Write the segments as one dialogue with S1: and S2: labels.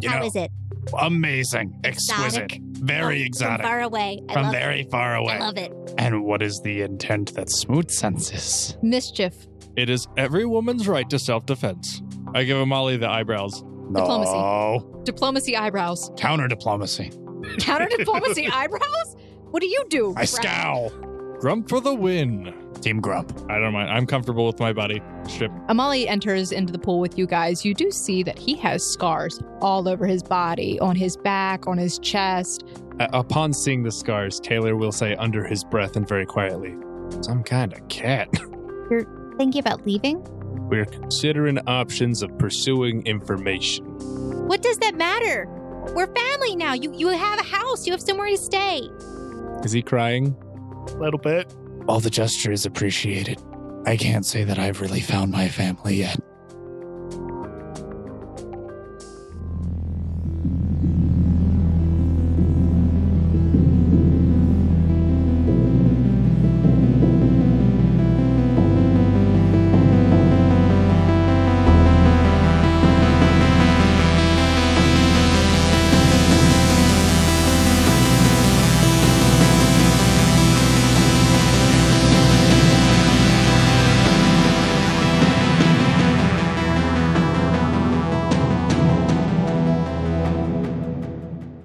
S1: You
S2: How
S1: know,
S2: is it?
S1: amazing, exquisite,
S2: Exotic?
S1: very
S2: Oh,
S1: exotic,
S2: From far away. I
S1: from
S2: love
S1: very far
S2: it.
S1: away.
S2: I love it.
S1: And what is the intent that Smoot senses?
S3: Mischief.
S4: It is every woman's right to self defense. I give Amali the eyebrows.
S3: Diplomacy.
S1: No,
S3: Diplomacy eyebrows.
S1: counter diplomacy.
S3: Counter diplomacy eyebrows? What do you do?
S1: I scowl.
S4: Grump for the win.
S1: Team Grump.
S4: I don't mind. I'm comfortable with my body. Strip.
S3: Amali enters into the pool with you guys. You do see that he has scars all over his body, on his back, on his chest.
S4: Uh, upon seeing the scars, Taylor will say under his breath and very quietly, Some kind of cat.
S2: Thinking about leaving?
S4: We're considering options of pursuing information.
S2: What does that matter? We're family now. You you have a house. You have somewhere to stay.
S4: Is he crying?
S1: A little bit. All the gesture is appreciated. I can't say that I've really found my family yet.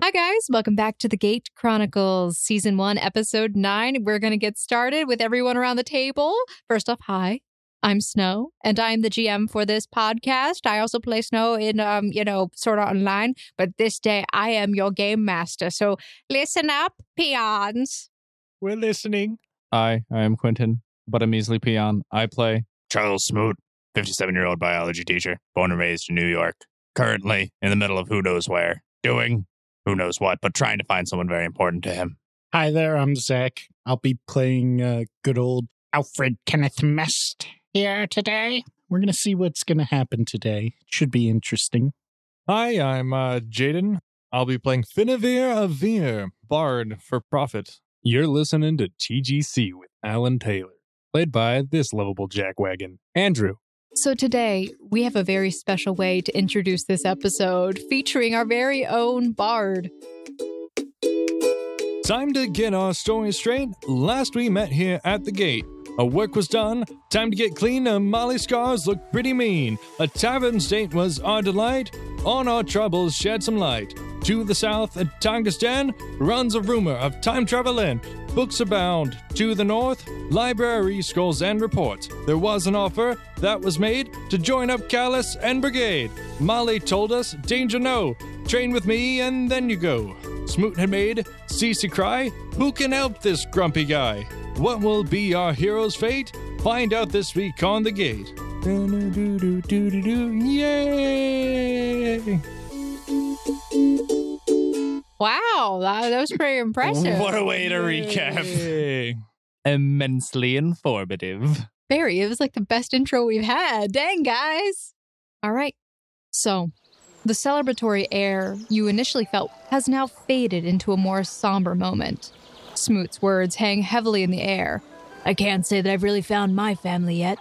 S3: Hi, guys. Welcome back to the Gate Chronicles, Season 1, Episode 9. We're going to get started with everyone around the table. First off, hi. I'm Snow, and I'm the GM for this podcast. I also play Snow in, um, you know, sort of online, but this day I am your game master. So listen up, peons.
S4: We're listening. I, I am Quentin, but a measly peon. I play.
S1: Charles Smoot, 57 year old biology teacher, born and raised in New York, currently in the middle of who knows where, doing who knows what, but trying to find someone very important to him.
S5: Hi there, I'm Zach. I'll be playing uh, good old Alfred Kenneth Mest here today. We're going to see what's going to happen today. Should be interesting.
S4: Hi, I'm uh, Jaden. I'll be playing Finavir Avir, Bard for Profit. You're listening to TGC with Alan Taylor, played by this lovable jackwagon, Andrew.
S3: So today we have a very special way to introduce this episode featuring our very own bard.
S4: Time to get our story straight. Last we met here at the gate. A work was done, time to get clean, and Molly scars looked pretty mean. A tavern date was our delight, on our troubles shed some light. To the south at Tangistan runs a rumor of time traveling. Books abound. To the north, library scrolls and reports. There was an offer that was made to join up Callus and Brigade. Molly told us, danger no, train with me and then you go. Smoot had made, cease to cry, who can help this grumpy guy? What will be our hero's fate? Find out this week on The Gate. Do-do-do-do-do-do. Yay!
S3: Wow, that, that was pretty impressive.
S1: What a way to recap.
S4: Yay.
S1: Immensely informative.
S3: Barry, it was like the best intro we've had. Dang, guys. All right. So, the celebratory air you initially felt has now faded into a more somber moment. Smoot's words hang heavily in the air. I can't say that I've really found my family yet.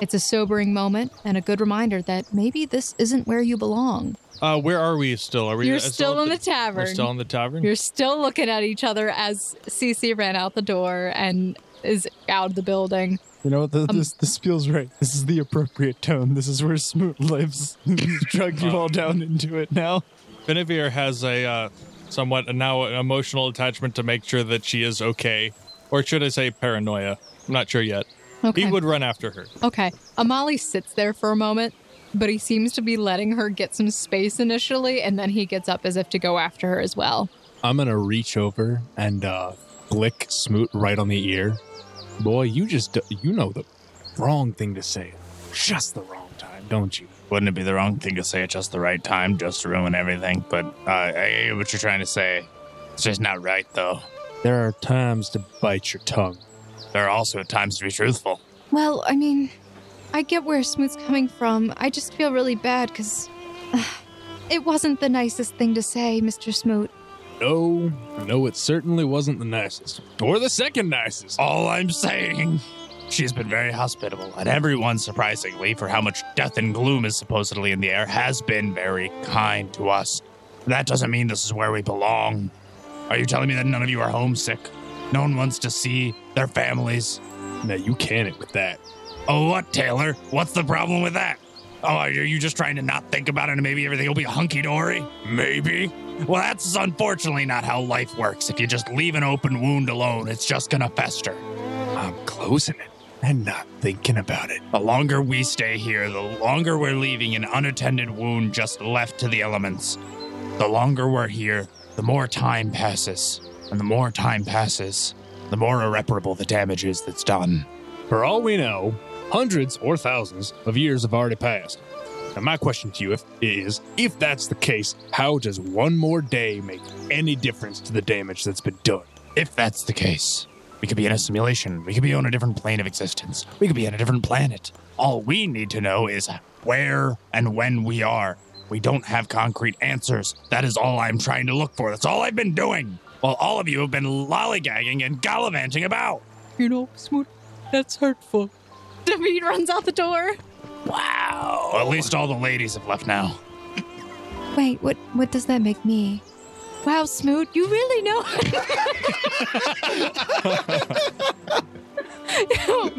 S3: It's a sobering moment and a good reminder that maybe this isn't where you belong.
S4: Uh, where are we still? Are we
S3: You're
S4: uh,
S3: still
S4: at
S3: in the tavern.
S4: We're still in the tavern.
S3: You're still looking at each other as Cece ran out the door and is out of the building.
S6: You know, th-
S3: Um,
S6: this this feels right. This is the appropriate tone. This is where Smoot lives. He's drugged you all down into it now.
S4: Benevere has a uh, somewhat now emotional attachment to make sure that she is okay, or should I say paranoia? I'm not sure yet.
S3: Okay.
S4: He would run after her.
S3: Okay. Amali sits there for a moment, but he seems to be letting her get some space initially, and then he gets up as if to go after her as well.
S4: I'm gonna reach over and uh, flick Smoot right on the ear. Boy, you just you know the wrong thing to say, just the wrong time, don't you?
S1: Wouldn't it be the wrong thing to say at just the right time, just to ruin everything? But uh, I hear what you're trying to say. It's just not right, though.
S4: There are times to bite your tongue.
S1: There are also times to be truthful.
S3: Well, I mean, I get where Smoot's coming from. I just feel really bad because it wasn't the nicest thing to say, Mr. Smoot.
S4: No, no, it certainly wasn't the nicest, or the second nicest.
S1: All I'm saying She's been very hospitable, and everyone, surprisingly, for how much death and gloom is supposedly in the air, has been very kind to us. That doesn't mean this is where we belong. Are you telling me that none of you are homesick? No one wants to see their families?
S5: Now you can it with that.
S1: Oh, what, Taylor? What's the problem with that? Oh, are you just trying to not think about it and maybe everything will be hunky dory? Maybe. Well, that's unfortunately not how life works. If you just leave an open wound alone, it's just gonna fester.
S5: I'm closing it and not thinking about it.
S1: The longer we stay here, the longer we're leaving an unattended wound just left to the elements. The longer we're here, the more time passes. And the more time passes, the more irreparable the damage is that's done.
S5: For all we know, hundreds or thousands of years have already passed. Now, my question to you if, is if that's the case, how does one more day make any difference to the damage that's been done?
S1: If that's the case, we could be in a simulation. We could be on a different plane of existence. We could be on a different planet. All we need to know is where and when we are. We don't have concrete answers. That is all I'm trying to look for. That's all I've been doing. While all of you have been lollygagging and gallivanting about.
S3: You know, Smoot, that's hurtful. David runs out the door.
S1: Wow. At least all the ladies have left now.
S3: Wait, what what does that make me? Wow, Smoot, you really know.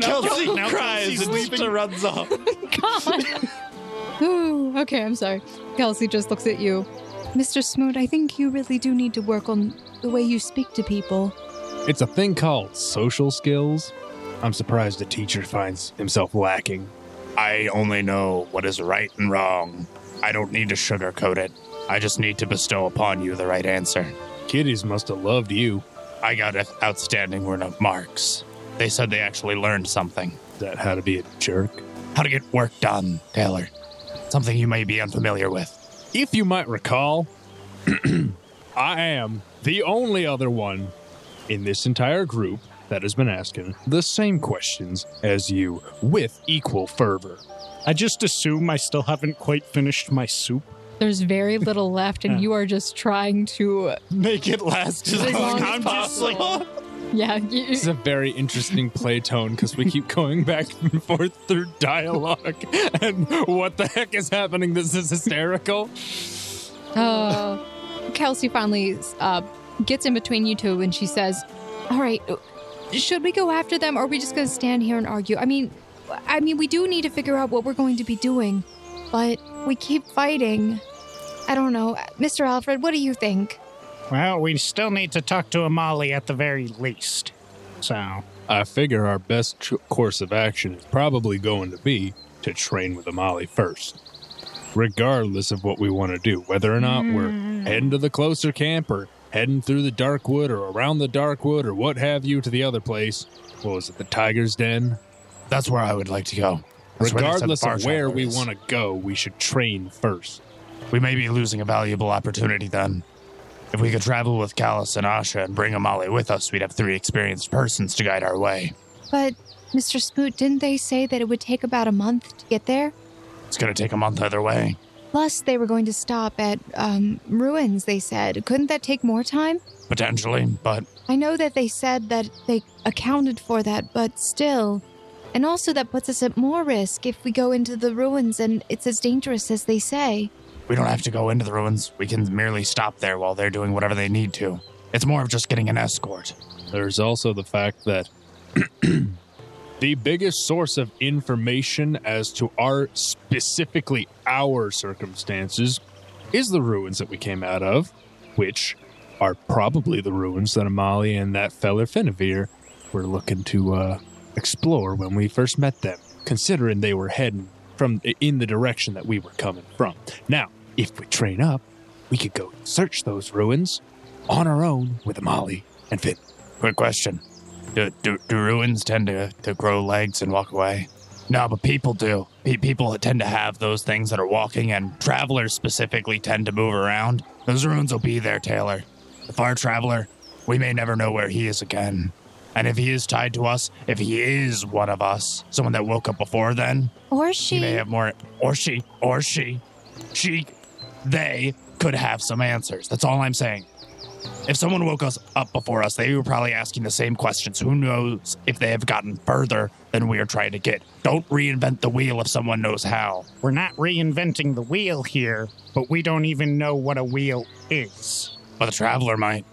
S1: Kelsey cries and Lisa
S6: runs off.
S3: God. Ooh, okay, I'm sorry. Kelsey just looks at you. Mr. Smoot, I think you really do need to work on the way you speak to people.
S5: It's a thing called social skills. I'm surprised a teacher finds himself lacking.
S1: I only know what is right and wrong. I don't need to sugarcoat it. I just need to bestow upon you the right answer.
S5: Kitties must have loved you.
S1: I got an outstanding word of marks. They said they actually learned something.
S5: Is that how to be a jerk?
S1: How to get work done, Taylor. Something you may be unfamiliar with.
S5: If you might recall, I am the only other one in this entire group that has been asking the same questions as you with equal fervor.
S7: I just assume I still haven't quite finished my soup.
S3: There's very little left, and you are just trying to.
S6: Make it last as
S3: As long
S6: long
S3: as
S6: as possible.
S3: Yeah, you,
S5: This is a very interesting play tone because we keep going back and forth through dialogue and what the heck is happening? This is hysterical.
S3: Uh, Kelsey finally uh, gets in between you two and she says, "All right, should we go after them, or are we just going to stand here and argue? I mean, I mean, we do need to figure out what we're going to be doing, but we keep fighting. I don't know, Mr. Alfred, what do you think?
S7: Well, we still need to talk to Amali at the very least. So,
S5: I figure our best tr- course of action is probably going to be to train with Amali first, regardless of what we want to do, whether or not we're heading to the closer camp or heading through the dark wood or around the dark wood or what have you to the other place. What was it, the Tiger's Den?
S1: That's where I would like to go. That's where they said the
S5: regardless
S1: bar
S5: of where
S1: chopper
S5: we
S1: is.
S5: want to go, we should train first.
S1: We may be losing a valuable opportunity then. If we could travel with Callus and Asha and bring Amali with us, we'd have three experienced persons to guide our way.
S3: But Mr. Spoot, didn't they say that it would take about a month to get there?
S1: It's going to take a month either way.
S3: Plus, they were going to stop at um, ruins. They said, couldn't that take more time?
S1: Potentially, but
S3: I know that they said that they accounted for that, but still. And also, that puts us at more risk if we go into the ruins and it's as dangerous as they say.
S1: we don't have to go into the ruins. We can merely stop there while they're doing whatever they need to. It's more of just getting an escort.
S5: There's also the fact that the biggest source of information as to our specifically our circumstances is the ruins that we came out of, which are probably the ruins that Amali and that feller Finavir were looking to uh, explore when we first met them, considering they were heading from in the direction that we were coming from. Now, if we train up, we could go search those ruins on our own with Amali and Fin.
S1: Quick question Do, do, do ruins tend to, to grow legs and walk away? No, but people do. Pe- people tend to have those things that are walking, and travelers specifically tend to move around. Those ruins will be there, Taylor. The far traveler, we may never know where he is again. And if he is tied to us, if he is one of us, someone that woke up before then,
S2: Or
S1: he
S2: she.
S1: may have more. Or she, or she, she, they could have some answers. That's all I'm saying. If someone woke us up before us, they were probably asking the same questions. Who knows if they have gotten further than we are trying to get? Don't reinvent the wheel if someone knows how.
S8: We're not reinventing the wheel here, but we don't even know what a wheel is.
S1: But the traveler might.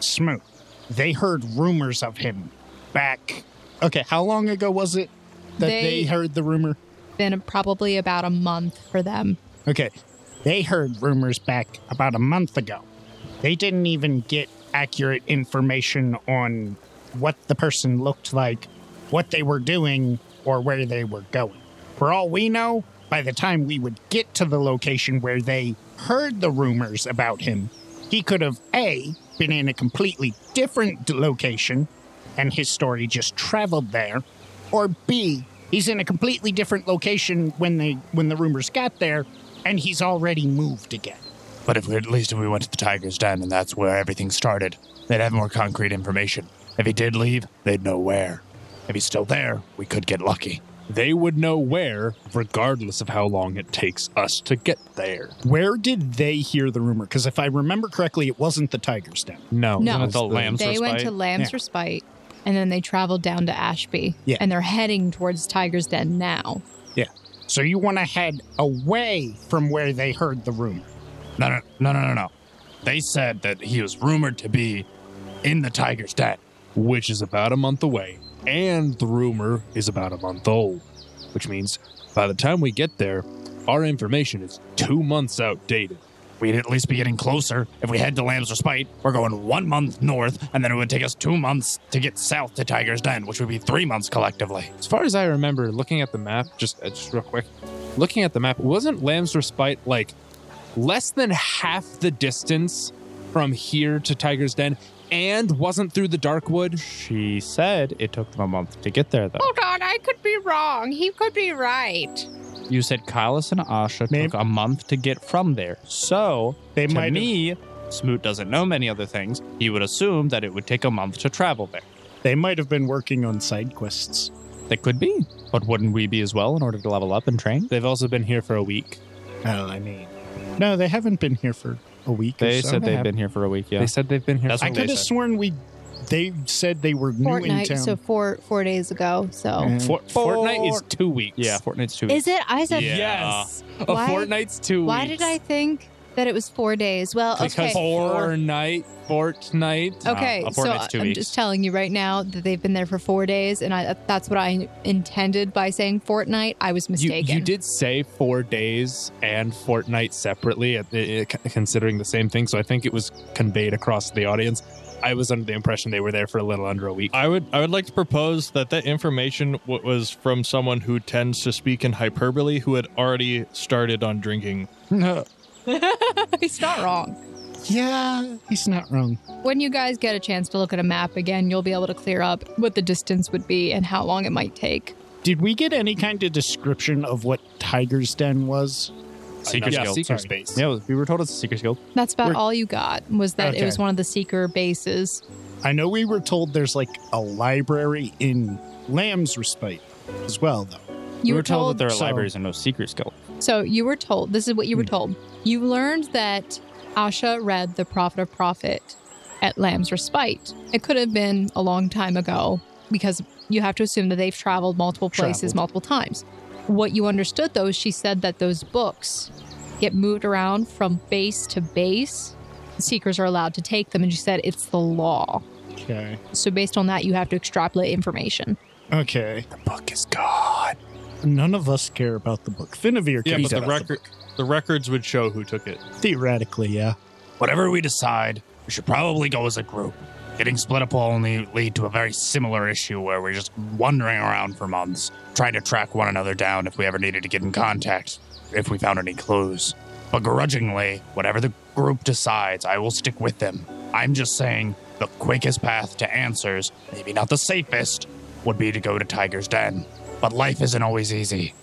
S8: Smoot, they heard rumors of him back. Okay, how long ago was it that
S3: They-
S8: they heard the rumor?
S3: Been probably about a month for them.
S8: Okay. They heard rumors back about a month ago. They didn't even get accurate information on what the person looked like, what they were doing, or where they were going. For all we know, by the time we would get to the location where they heard the rumors about him, he could have A, been in a completely different d- location, and his story just traveled there, or B, he's in a completely different location when they when the rumors got there, and he's already moved again.
S1: But if we, at least if we went to the tiger's den and that's where everything started, they'd have more concrete information. If he did leave, they'd know where. If he's still there, we could get lucky.
S5: They would know where, regardless of how long it takes us to get there.
S8: Where did they hear the rumor? Because if I remember correctly, it wasn't the Tiger's Den.
S5: No,
S3: No.
S5: that's
S4: The lambs
S3: they went
S4: respite.
S3: to Lamb's
S8: Yeah.
S3: Respite and then they traveled down to Ashby.
S8: Yeah.
S3: And they're heading towards Tiger's Den now.
S8: So you want to head away from where they heard the rumor.
S1: No, no, no, no, no, no. They said that he was rumored to be in the tiger's den.
S5: which is about a month away, and the rumor is about a month old, which means by the time we get there, our information is two months outdated.
S1: We'd at least be getting closer. If we head to Lamb's Respite, we're going one month north, and then it would take us two months to get south to Tiger's Den, which would be three months collectively.
S5: As far as I remember, looking at the map, just uh, just real quick, looking at the map, wasn't Lamb's Respite like less than half the distance from here to Tiger's Den, and wasn't through the Darkwood?
S9: She said it took them a month to get there, though.
S10: Hold on, Oh I could be wrong. He could be right.
S9: You said Kylas and Asha
S8: Maybe-
S9: took a month to get from there. So,
S8: They
S9: to
S8: might
S9: me, Smoot doesn't know many other things. He would assume that it would take a month to travel there.
S8: they might have been working on side quests.
S9: That could be. But wouldn't we be as well in order to level up and train?
S5: They've also been here for a week.
S8: Well, I mean, no, they haven't been here for a week. or
S9: They
S8: so.
S9: said
S8: They
S9: they've
S8: have-
S9: been here for a week, yeah.
S5: They said they've been here.
S9: That's
S5: for
S8: I
S9: what they
S8: could have
S9: said.
S8: sworn we. They said they were new in
S3: Fortnight,
S8: town.
S3: so four four days ago. So
S8: Yeah.
S5: Fort- Fortnite is two weeks.
S9: yeah, Fortnite's two
S3: Is it? I said
S5: Yeah.
S9: Yes.
S5: a
S3: Why-
S5: Fortnite's two
S3: Why
S5: weeks.
S3: did I think that it was four days? Well,
S5: Because
S3: okay.
S5: Fortnite, Fortnite.
S3: Okay,
S9: Uh, a
S3: so
S9: fortnight's two
S3: I'm
S9: weeks.
S3: just telling you right now that they've been there for four days, and I, uh, that's what I intended by saying Fortnite. I was
S5: You,
S3: mistaken.
S5: you did say four days and Fortnite separately, at the, uh, c- considering the same thing. So I think it was conveyed across to the audience. I was under the impression they were there for a little under a week.
S4: I would I would like to propose that that information w- was from someone who tends to speak in hyperbole who had already started on drinking.
S3: He's not wrong.
S8: yeah, he's not wrong.
S3: When you guys get a chance to look at a map again, you'll be able to clear up what the distance would be and how long it might take.
S8: Did we get any kind of description of what Tiger's Den was?
S9: Seeker's
S5: yeah,
S9: Guild.
S5: Secret
S9: Sorry.
S5: Space.
S9: Yeah, we were told it's a Seeker's Guild.
S3: That's about
S8: We're-
S3: all you got was that it
S8: Okay.
S3: was one of the seeker bases.
S8: I know we were told there's like a library in Lamb's Respite as well, though.
S3: You
S9: we were told, that there are
S8: so-
S9: libraries and no Seeker's Guild.
S3: So you were told, this is what you were told. You learned that Asha read The Prophet of Prophet at Lamb's Respite. It could have been a long time ago because you have to assume that they've traveled multiple places
S8: Traveled.
S3: multiple times. What you understood though, is she said that those books get moved around from base to base. The seekers are allowed to take them, and she said it's the law.
S8: Okay.
S3: So based on that, you have to extrapolate information.
S8: Okay.
S5: The book is gone.
S8: None of us care about the book. Finavir
S4: Yeah,
S8: cares
S4: but the
S8: about
S4: record the records would show who took it.
S8: book. Theoretically, yeah.
S1: Whatever we decide, we should probably go as a group. Getting split up will only lead to a very similar issue where we're just wandering around for months, trying to track one another down if we ever needed to get in contact, if we found any clues. But grudgingly, whatever the group decides, I will stick with them. I'm just saying the quickest path to answers, maybe not the safest, would be to go to Tiger's Den. But life isn't always easy.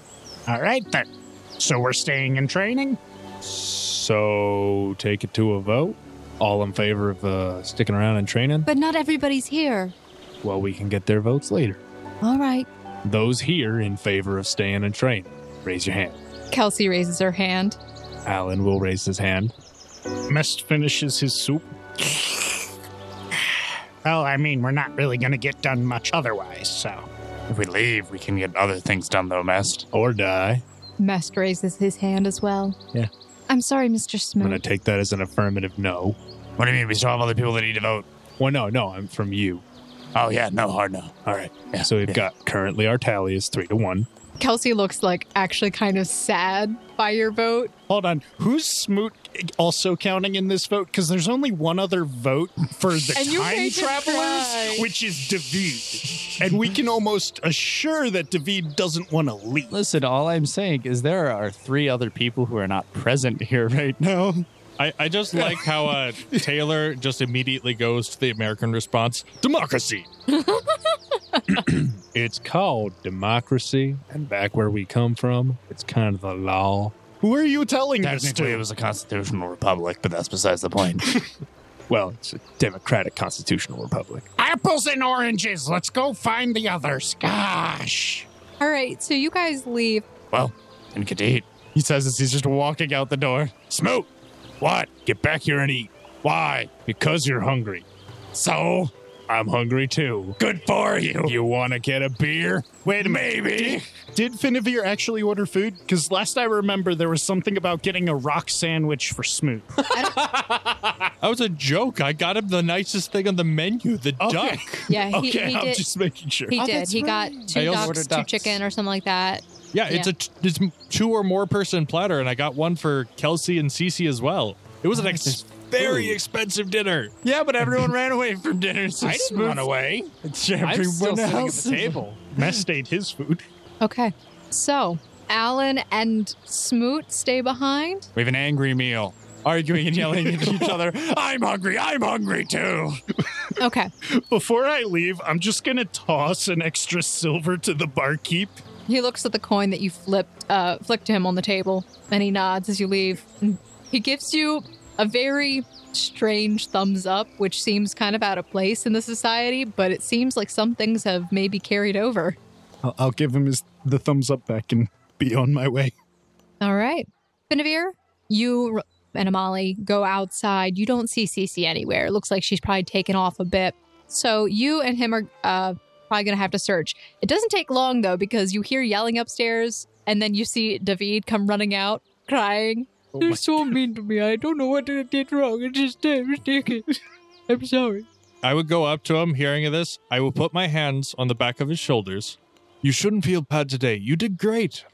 S8: All right, then. So we're staying and training?
S5: So take it to a vote. All in favor of uh, sticking around and training?
S3: But not everybody's here.
S5: Well, we can get their votes later.
S3: All right.
S5: Those here in favor of staying and training, raise your hand.
S3: Kelsey raises her hand.
S5: Alan will raise his hand.
S7: Mest finishes his soup. well, I mean, we're not really going to get done much otherwise, so.
S1: If we leave, we can get other things done, though, Mest.
S5: Or die.
S3: Mest raises his hand as well.
S5: Yeah.
S3: I'm sorry, Mr.
S5: I'm
S3: Smoot.
S5: going to take that as an affirmative no.
S1: What do you mean? We still have other people that need to vote.
S5: Well, no, no, I'm from you.
S1: Oh, yeah, no, hard no.
S5: All right.
S1: Yeah,
S5: so we've
S1: yeah.
S5: got currently our tally is three to one.
S3: Kelsey looks like actually kind of sad by your vote.
S7: Hold on. Who's Smoot also counting in this vote? Because there's only one other vote for the
S3: And you
S7: time
S3: made him cry.
S7: travelers, which is David. and we can almost assure that David doesn't want to leave.
S11: Listen, all I'm saying is there are three other people who are not present here right now.
S4: I, I just like how uh, Taylor just immediately goes to the American response democracy.
S5: It's called democracy, and back where we come from, it's kind of the law.
S7: Who are you telling this
S1: Technically, it
S7: to?
S1: was a constitutional republic, but that's besides the point.
S5: Well, it's a democratic constitutional republic.
S7: Apples and oranges. Let's go find the others. Gosh.
S3: All right, so you guys leave.
S1: well, and Kadit. He says as he's just walking out the door. Smoot! What?
S5: Get back here and eat. Why? Because you're hungry.
S1: So?
S5: I'm hungry too.
S1: Good for you.
S5: You want to get a beer?
S7: Wait a minute.
S1: Maybe.
S7: Did Finavir actually order food? Because last I remember, there was something about getting a rock sandwich for Smoot.
S4: That was a joke. I got him the nicest thing on the menu, the duck.
S3: Yeah, he,
S7: okay,
S3: he
S7: I'm
S3: did.
S7: just making sure.
S3: He
S4: Oh,
S3: did.
S4: that's
S3: He got
S4: right.
S3: two
S4: I also
S3: ducks,
S4: ordered
S3: two
S4: ducks.
S3: chicken, or something like that.
S4: Yeah, it's a
S3: Yeah.
S4: t- it's m- two or more person platter, and I got one for Kelsey and Cece as well. It was an ex- very expensive dinner.
S1: Yeah, but everyone ran away from dinner. So
S5: I didn't run away.
S6: It's
S5: I'm still
S6: everyone
S5: sitting at
S6: else.
S5: the table.
S7: Mess ate his food.
S3: Okay, so Alan and Smoot stay behind.
S1: We have an angry meal, arguing and yelling at each other. I'm hungry. I'm hungry too.
S3: Okay,
S7: Before I leave, I'm just gonna toss an extra silver to the barkeep.
S3: he looks at the coin that you flipped, uh, flicked to him on the table, and he nods as you leave. He gives you a very strange thumbs up, which seems kind of out of place in the society, but it seems like some things have maybe carried over.
S7: I'll, I'll give him his the thumbs up back and be on my way.
S3: All right. Benavir, you r- and Amali go outside. You don't see Cece anywhere. It looks like she's probably taken off a bit. So you and him are uh, probably going to have to search. It doesn't take long, though, because you hear yelling upstairs and then you see David come running out crying. They're so mean to me. I don't know what I did wrong. It's just a mistake. I'm sorry.
S4: I would go up to him, hearing of this. I would put my hands on the back of his shoulders. You shouldn't feel bad today. You did great.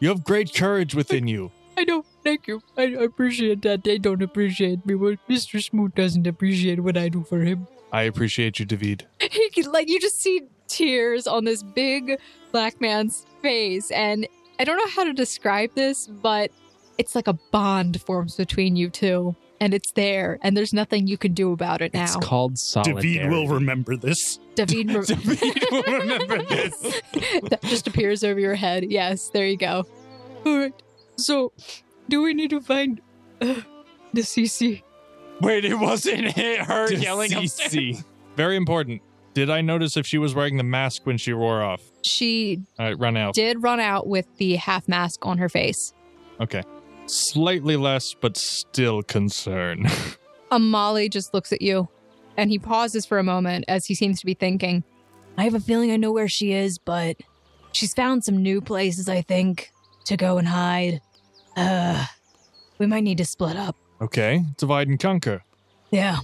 S4: You have great courage within you.
S12: I don't. Thank you. I I appreciate that they don't appreciate me. Well, Mr. Smoot doesn't appreciate what I do for him.
S4: I appreciate you, David.
S3: He could- like you just see tears on this big black man's face and i don't know how to describe this but it's like a bond forms between you two and it's there and there's nothing you can do about it now
S12: It's called solidarity.
S7: David will remember this.
S3: david, re- that just appears over your head yes there you go
S12: All right. So, do we need to find uh, the CC?
S1: Wait, it wasn't it, her yelling upstairs.
S11: CC.
S4: Very important. Did I notice if she was wearing the mask when she wore off?
S3: she
S4: All right, run out.
S3: did run out with the half mask on her face
S4: Okay. Slightly less, but still concern.
S3: Amali just looks at you and he pauses for a moment as he seems to be thinking. I have a feeling I know where she is, but she's found some new places, I think, to go and hide. Uh, we might need to split up.
S4: Okay, divide and conquer.
S3: Yeah.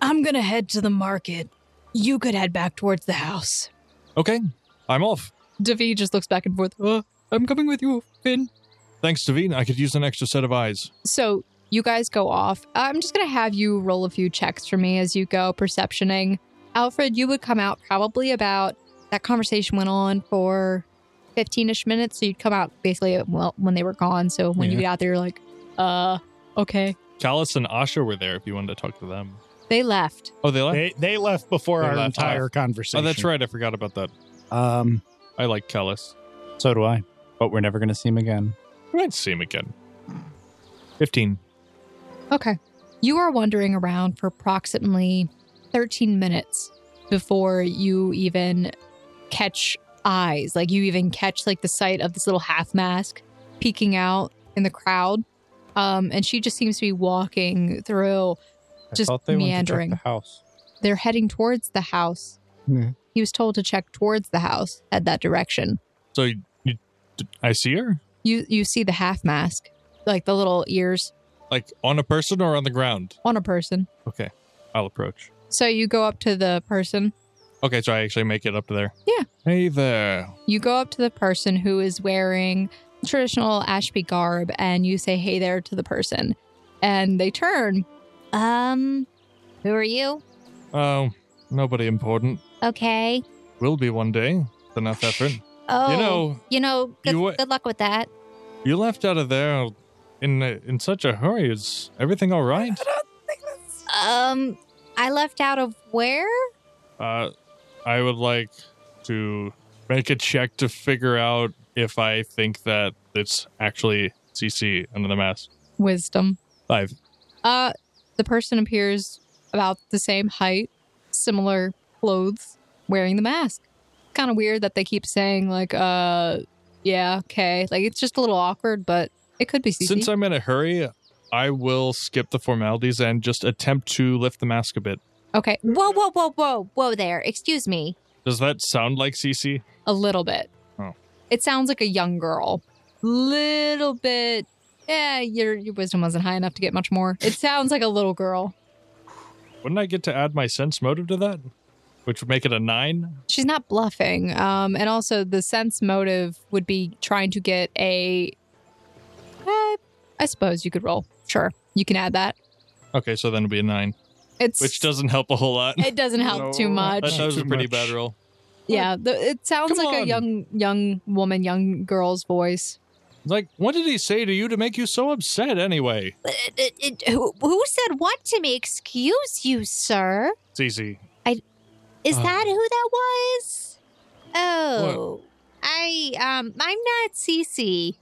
S3: I'm gonna head to the market. You could head back towards the house.
S4: Okay, I'm off.
S3: Davi just looks back and forth.
S12: Uh, I'm coming with you, Finn.
S4: Thanks, Davine. I could use an extra set of eyes.
S3: So you guys go off. Uh, I'm just gonna have you roll a few checks for me as you go perceptioning. Alfred, you would come out probably about that conversation went on for 15ish minutes, so you'd come out basically at- well when they were gone. So when you get out there, you're like, uh, okay,
S4: Chalice and Asha were there if you wanted to talk to them.
S3: they left.
S4: Oh, they left?
S7: They they left before
S4: They
S7: our
S4: left,
S7: entire
S4: oh,
S7: conversation.
S4: that's right. I forgot about that.
S7: Um,
S4: I like Chalice.
S11: So do I. But we're never going to see him again.
S4: We might see him again. 15.
S3: Okay, you are wandering around for approximately 13 minutes before you even catch eyes. Like you even catch like the sight of this little half mask peeking out in the crowd. Um, and she just seems to be walking through, just meandering.
S8: house.
S3: They're heading towards the house.
S7: Yeah.
S3: He was told to check towards the house, head that direction.
S4: So you, you, I see her?
S3: You you see the half mask, like the little ears
S4: Like on a person or on the ground?
S3: on a person.
S4: Okay. I'll approach.
S3: So you go up to the person.
S4: Okay, so I actually make it up to there.
S3: Yeah.
S4: Hey there.
S3: You go up to the person who is wearing traditional Ashby garb and you say hey there to the person. And they turn.
S2: Um, who are you?
S4: Oh, nobody important.
S2: Okay.
S4: Will be one day. It's enough effort.
S2: Oh,
S4: You know,
S2: you know, good,
S4: you wa-
S2: good luck with that.
S4: you left out of there in in such a hurry. Is everything all right?
S2: Um, I left out of where?
S4: Uh, I would like to make a check to figure out if I think that it's actually CC under the mask.
S3: Wisdom.
S4: Five.
S3: Uh, the person appears about the same height, similar clothes, wearing the mask. Kind of weird that they keep saying like, uh, yeah, okay. Like it's just a little awkward, but it could be. CC.
S4: Since I'm in a hurry, I will skip the formalities and just attempt to lift the mask a bit.
S3: okay,
S2: Whoa, whoa, whoa, whoa, whoa! There, excuse me.
S4: Does that sound like CC?
S3: a little bit.
S4: Oh.
S3: It sounds like a young girl. Little bit. Yeah, your your wisdom wasn't high enough to get much more. It sounds like a little girl.
S4: Wouldn't I get to add my sense motive to that? Which would make it a nine?
S3: She's not bluffing. Um, and also the sense motive would be trying to get a. Eh, I suppose you could roll. Sure, you can add that.
S4: Okay, so then it'd be a nine,
S3: It's
S4: which doesn't help a whole lot.
S3: it doesn't help too
S4: That,
S3: much.
S4: that was a
S8: Too
S4: pretty
S8: much.
S4: bad roll.
S3: yeah, the, it sounds
S4: Come
S3: like a
S4: on.
S3: young young woman, young girl's voice.
S4: It's like, what did he say to you to make you so upset anyway?
S2: Uh, uh, uh, who, who said what to me? Excuse you, sir.
S4: CC.
S2: Is
S1: Uh.
S4: Oh.
S2: that who that was? Oh, I um, I'm not Cece.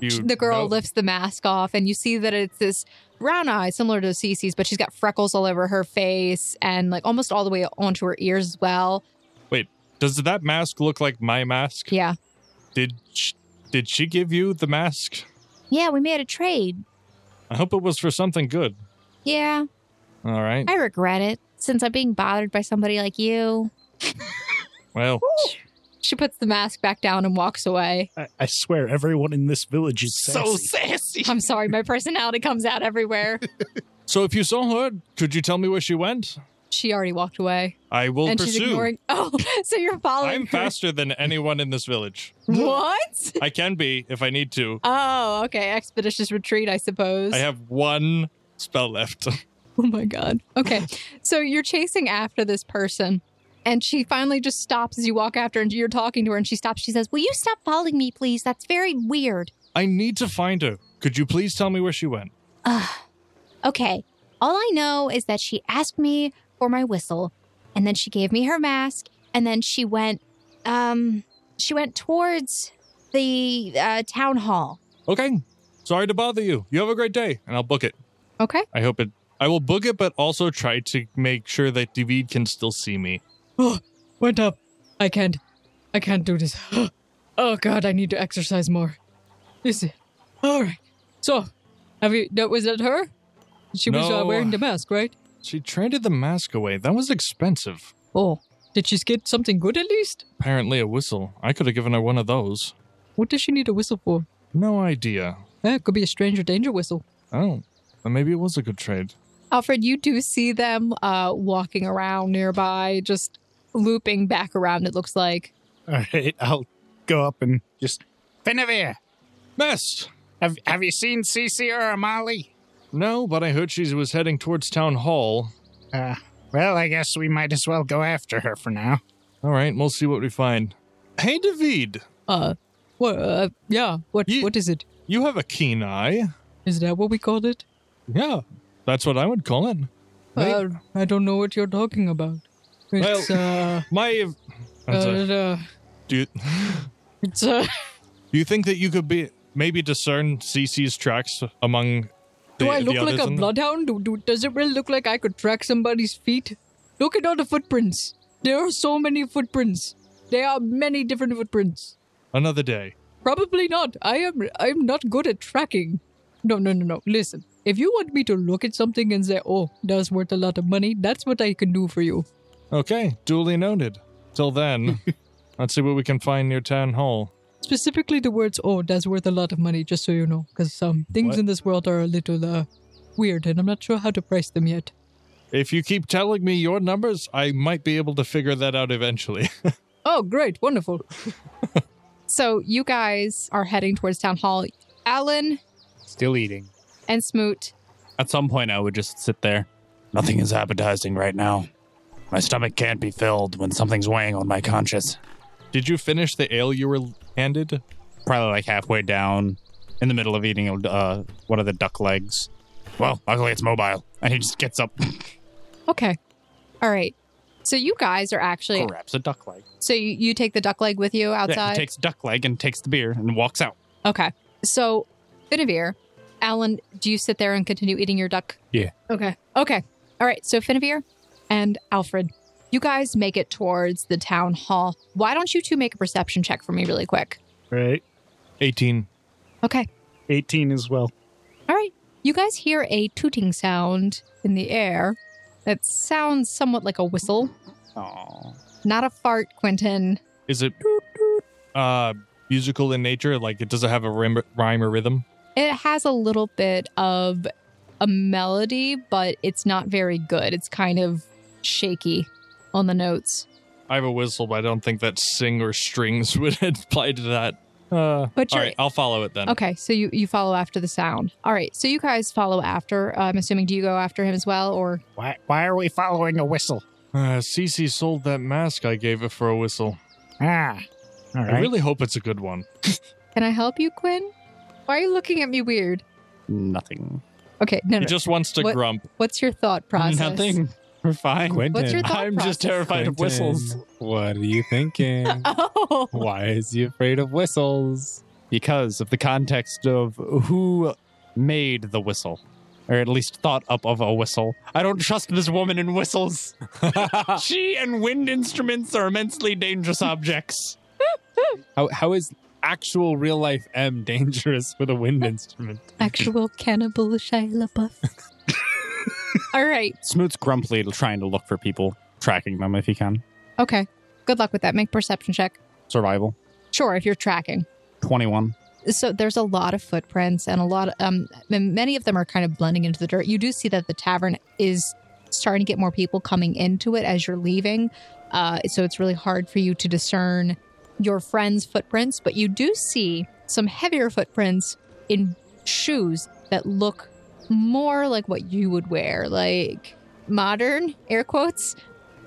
S4: You
S3: the girl
S4: know-
S3: lifts the mask off and you see that it's this brown eye similar to Cece's, but she's got freckles all over her face and like almost all the way onto her ears as well.
S4: Wait, does that mask look like my mask?
S3: Yeah.
S4: Did sh- did she give you the mask?
S2: Yeah, we made a trade.
S4: I hope it was for something good.
S2: Yeah,
S4: All right.
S2: I regret it since I'm being bothered by somebody like you.
S4: Well,
S3: She puts the mask back down and walks away.
S8: I, I swear, everyone in this village is
S1: So
S8: sassy.
S1: sassy.
S3: I'm sorry, my personality comes out everywhere.
S4: so if you saw her, could you tell me where she went?
S3: She already walked away.
S4: I will
S3: and she's
S4: pursue.
S3: ignoring Oh, so you're following
S4: I'm
S3: her.
S4: faster than anyone in this village.
S3: What?
S4: I can be if I need to.
S3: Oh, okay. Expeditious retreat, I suppose.
S4: I have one spell left.
S3: Oh my God. Okay. so you're chasing after this person, and she finally just stops as you walk after, and you're talking to her, and she stops. She says,
S2: Will you stop following me, please? That's very weird.
S4: I need to find her. Could you please tell me where she went?
S2: Okay, all I know is that she asked me for my whistle, and then she gave me her mask, and then she went, um, she went towards the uh, town hall.
S4: Okay. Sorry to bother you. You have a great day, and I'll book it.
S3: Okay.
S4: I hope it. I will book it, but also try to make sure that David can still see me.
S12: Went up. I can't. I can't do this. Oh God, I need to exercise more. This is all right. So, have you? That was that her? She was uh,
S4: No.
S12: wearing the mask, right?
S4: She traded the mask away. That was expensive.
S12: Oh, did she get something good at least?
S4: Apparently, a whistle. I could have given her one of those.
S12: What does she need a whistle for?
S4: No idea.
S12: Eh, it could be a stranger danger whistle.
S4: Oh, then maybe it was a good trade.
S3: Alfred, you do see them uh, walking around nearby, just looping back around, it looks like.
S7: All right, I'll go up and just Benavir.
S4: Best.
S7: Have Have you seen Cece or Amali?
S4: No, but I heard she was heading towards town hall.
S7: Uh, well, I guess we might as well go after her for now.
S4: All right, we'll see what we find. Hey, David,
S12: Uh, what? Uh, yeah. What?
S4: Ye-
S12: what is it?
S4: you have a keen eye.
S12: Is that what we called it?
S4: Yeah, that's what I would call it.
S12: Uh, I don't know what you're talking about. It's uh,
S4: My.
S12: uh,
S4: That's a-
S12: uh,
S4: do, you,
S12: it's uh,
S4: do you think that you could be maybe discern CC's tracks among? The,
S12: Do I
S4: the
S12: look like
S4: others
S12: a
S4: in the-
S12: bloodhound? Do, do, does it really look like I could track somebody's feet? Look at all the footprints. There are so many footprints. There are many different footprints.
S4: Another day.
S12: Probably not. I am I'm not good at tracking. No, no, no, no. Listen, if you want me to look at something and say, oh, that's worth a lot of money, that's what I can do for you.
S4: Okay, duly noted. Till then, let's see what we can find near Town Hall.
S12: Specifically, the words, oh, that's worth a lot of money, just so you know, because um, things
S4: What?
S12: in this world are a little uh, weird, and I'm not sure how to price them yet.
S4: If you keep telling me your numbers, I might be able to figure that out eventually.
S3: Oh, great. Wonderful. so you guys are heading towards town hall. Alan
S11: Still eating.
S3: and Smoot.
S1: At some point, I would just sit there. Nothing is appetizing right now. My stomach can't be filled when something's weighing on my conscience.
S4: Did you finish the ale you were handed?
S1: Probably like halfway down, in the middle of eating uh, one of the duck legs. Well, luckily it's mobile, and he just gets up,
S3: Okay. All right. So you guys are actually.
S1: grabs a duck leg.
S3: So you, you take the duck leg with you
S1: Yeah,
S3: outside?
S1: he takes a duck leg and takes the beer and walks out.
S3: okay. So, Finavir, Alan, do you sit there and continue eating your duck?
S1: Yeah.
S3: Okay. Okay. All right. So, Finavir and Alfred, you guys make it towards the town hall. Why don't you two make a perception check for me really quick?
S8: Right.
S4: 18.
S3: Okay.
S8: 18 as well.
S3: All right. You guys hear a tooting sound in the air that sounds somewhat like a whistle.
S4: Aww.
S3: Not a fart, Quentin.
S4: Is it uh musical in nature? Like it doesn't have a rhyme, rhyme or rhythm?
S3: It has a little bit of a melody, but it's not very good. It's kind of shaky on the notes.
S4: I have a whistle, but I don't think that sing or strings would apply to that. Uh,
S3: But
S4: all
S3: you're-
S4: right, I'll follow it then.
S3: Okay, so you, you follow after the sound. All right, so you guys follow after. Uh, I'm assuming, do you go after him as well? Or
S7: Why, why are we following a whistle?
S4: Uh, Cece sold that mask I gave her for a whistle.
S7: Ah, all
S4: I
S7: right.
S4: really hope it's a good one.
S3: can I help you, Quinn? Why are you looking at me weird?
S1: Nothing.
S3: Okay, no,
S4: He
S3: no.
S4: just wants to
S3: What-
S4: grump.
S3: What's your thought process?
S1: Nothing. We're fine.
S3: What's your thought
S1: I'm just
S3: process?
S1: terrified of whistles.
S11: What are you thinking?
S3: Oh,
S11: Why is he afraid of whistles?
S1: because of the context of who made the whistle, or at least thought up of a whistle. I don't trust this woman in whistles. she and wind instruments are immensely dangerous objects.
S11: How, how is actual real life M dangerous with a wind instrument?
S3: actual cannibal Shia LaBeouf. All right,
S1: Smoot's grumpily trying to look for people, tracking them if he can.
S3: okay. Good luck with that. Make perception check.
S1: Survival.
S3: Sure, if you're tracking.
S1: 21.
S3: so there's a lot of footprints and a lot of, um and many of them are kind of blending into the dirt you do see that the tavern is starting to get more people coming into it as you're leaving uh so it's really hard for you to discern your friends footprints but you do see some heavier footprints in shoes that look more like what you would wear like modern air quotes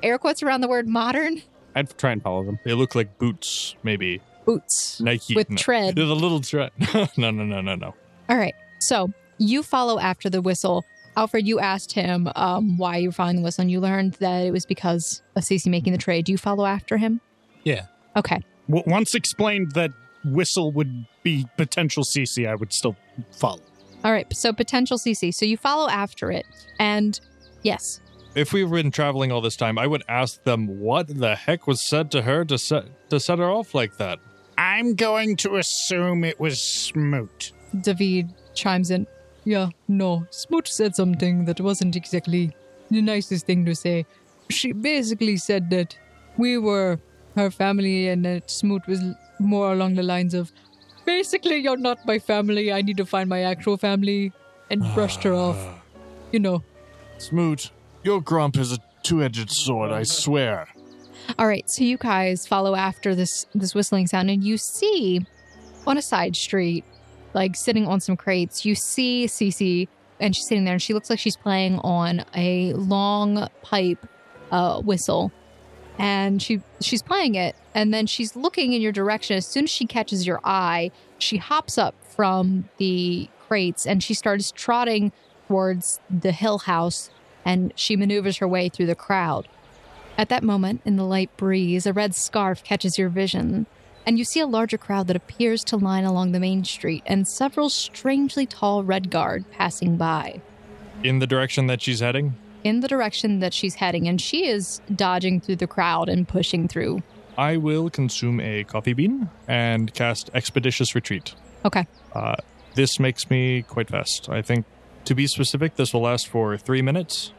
S3: air quotes around the word modern
S1: I'd try and follow them.
S4: They look like boots, maybe.
S3: boots
S4: Nike.
S3: With
S4: no.
S3: tread.
S4: They're the little tread. no, no, no, no, no.
S3: All right. So you follow after the whistle. Alfred, you asked him um, why you were following the whistle, and you learned that it was because of Cece making the trade. Do you follow after him?
S8: Yeah.
S3: Okay.
S8: W- once explained that whistle would be potential CC, I would still follow.
S3: All right. So potential Cece. So you follow after it. And yes.
S4: If we've been traveling all this time, I would ask them what the heck was said to her to set to set her off like that.
S7: I'm going to assume it was Smoot.
S12: David chimes in. Yeah, no. Smoot said something that wasn't exactly the nicest thing to say. She basically said that we were her family and that Smoot was more along the lines of, basically, you're not my family. I need to find my actual family. And brushed her off. You know,
S5: Smoot, your grump is a two edged sword, I swear.
S3: All right. So you guys follow after this this whistling sound, and you see on a side street, like sitting on some crates, you see Cece, and she's sitting there, and she looks like she's playing on a long pipe uh, whistle, and she she's playing it, and then she's looking in your direction. As soon as she catches your eye, she hops up from the crates and she starts trotting towards the hill house, and she maneuvers her way through the crowd. At that moment, in the light breeze, a red scarf catches your vision, and you see a larger crowd that appears to line along the main street and several strangely tall red guard passing by
S4: In the direction that she's heading,
S3: in the direction that she's heading, and she is dodging through the crowd and pushing through.
S4: I will consume a coffee bean and cast Expeditious Retreat.
S3: Okay.
S4: Uh, This makes me quite fast. I think, to be specific, this will last for three minutes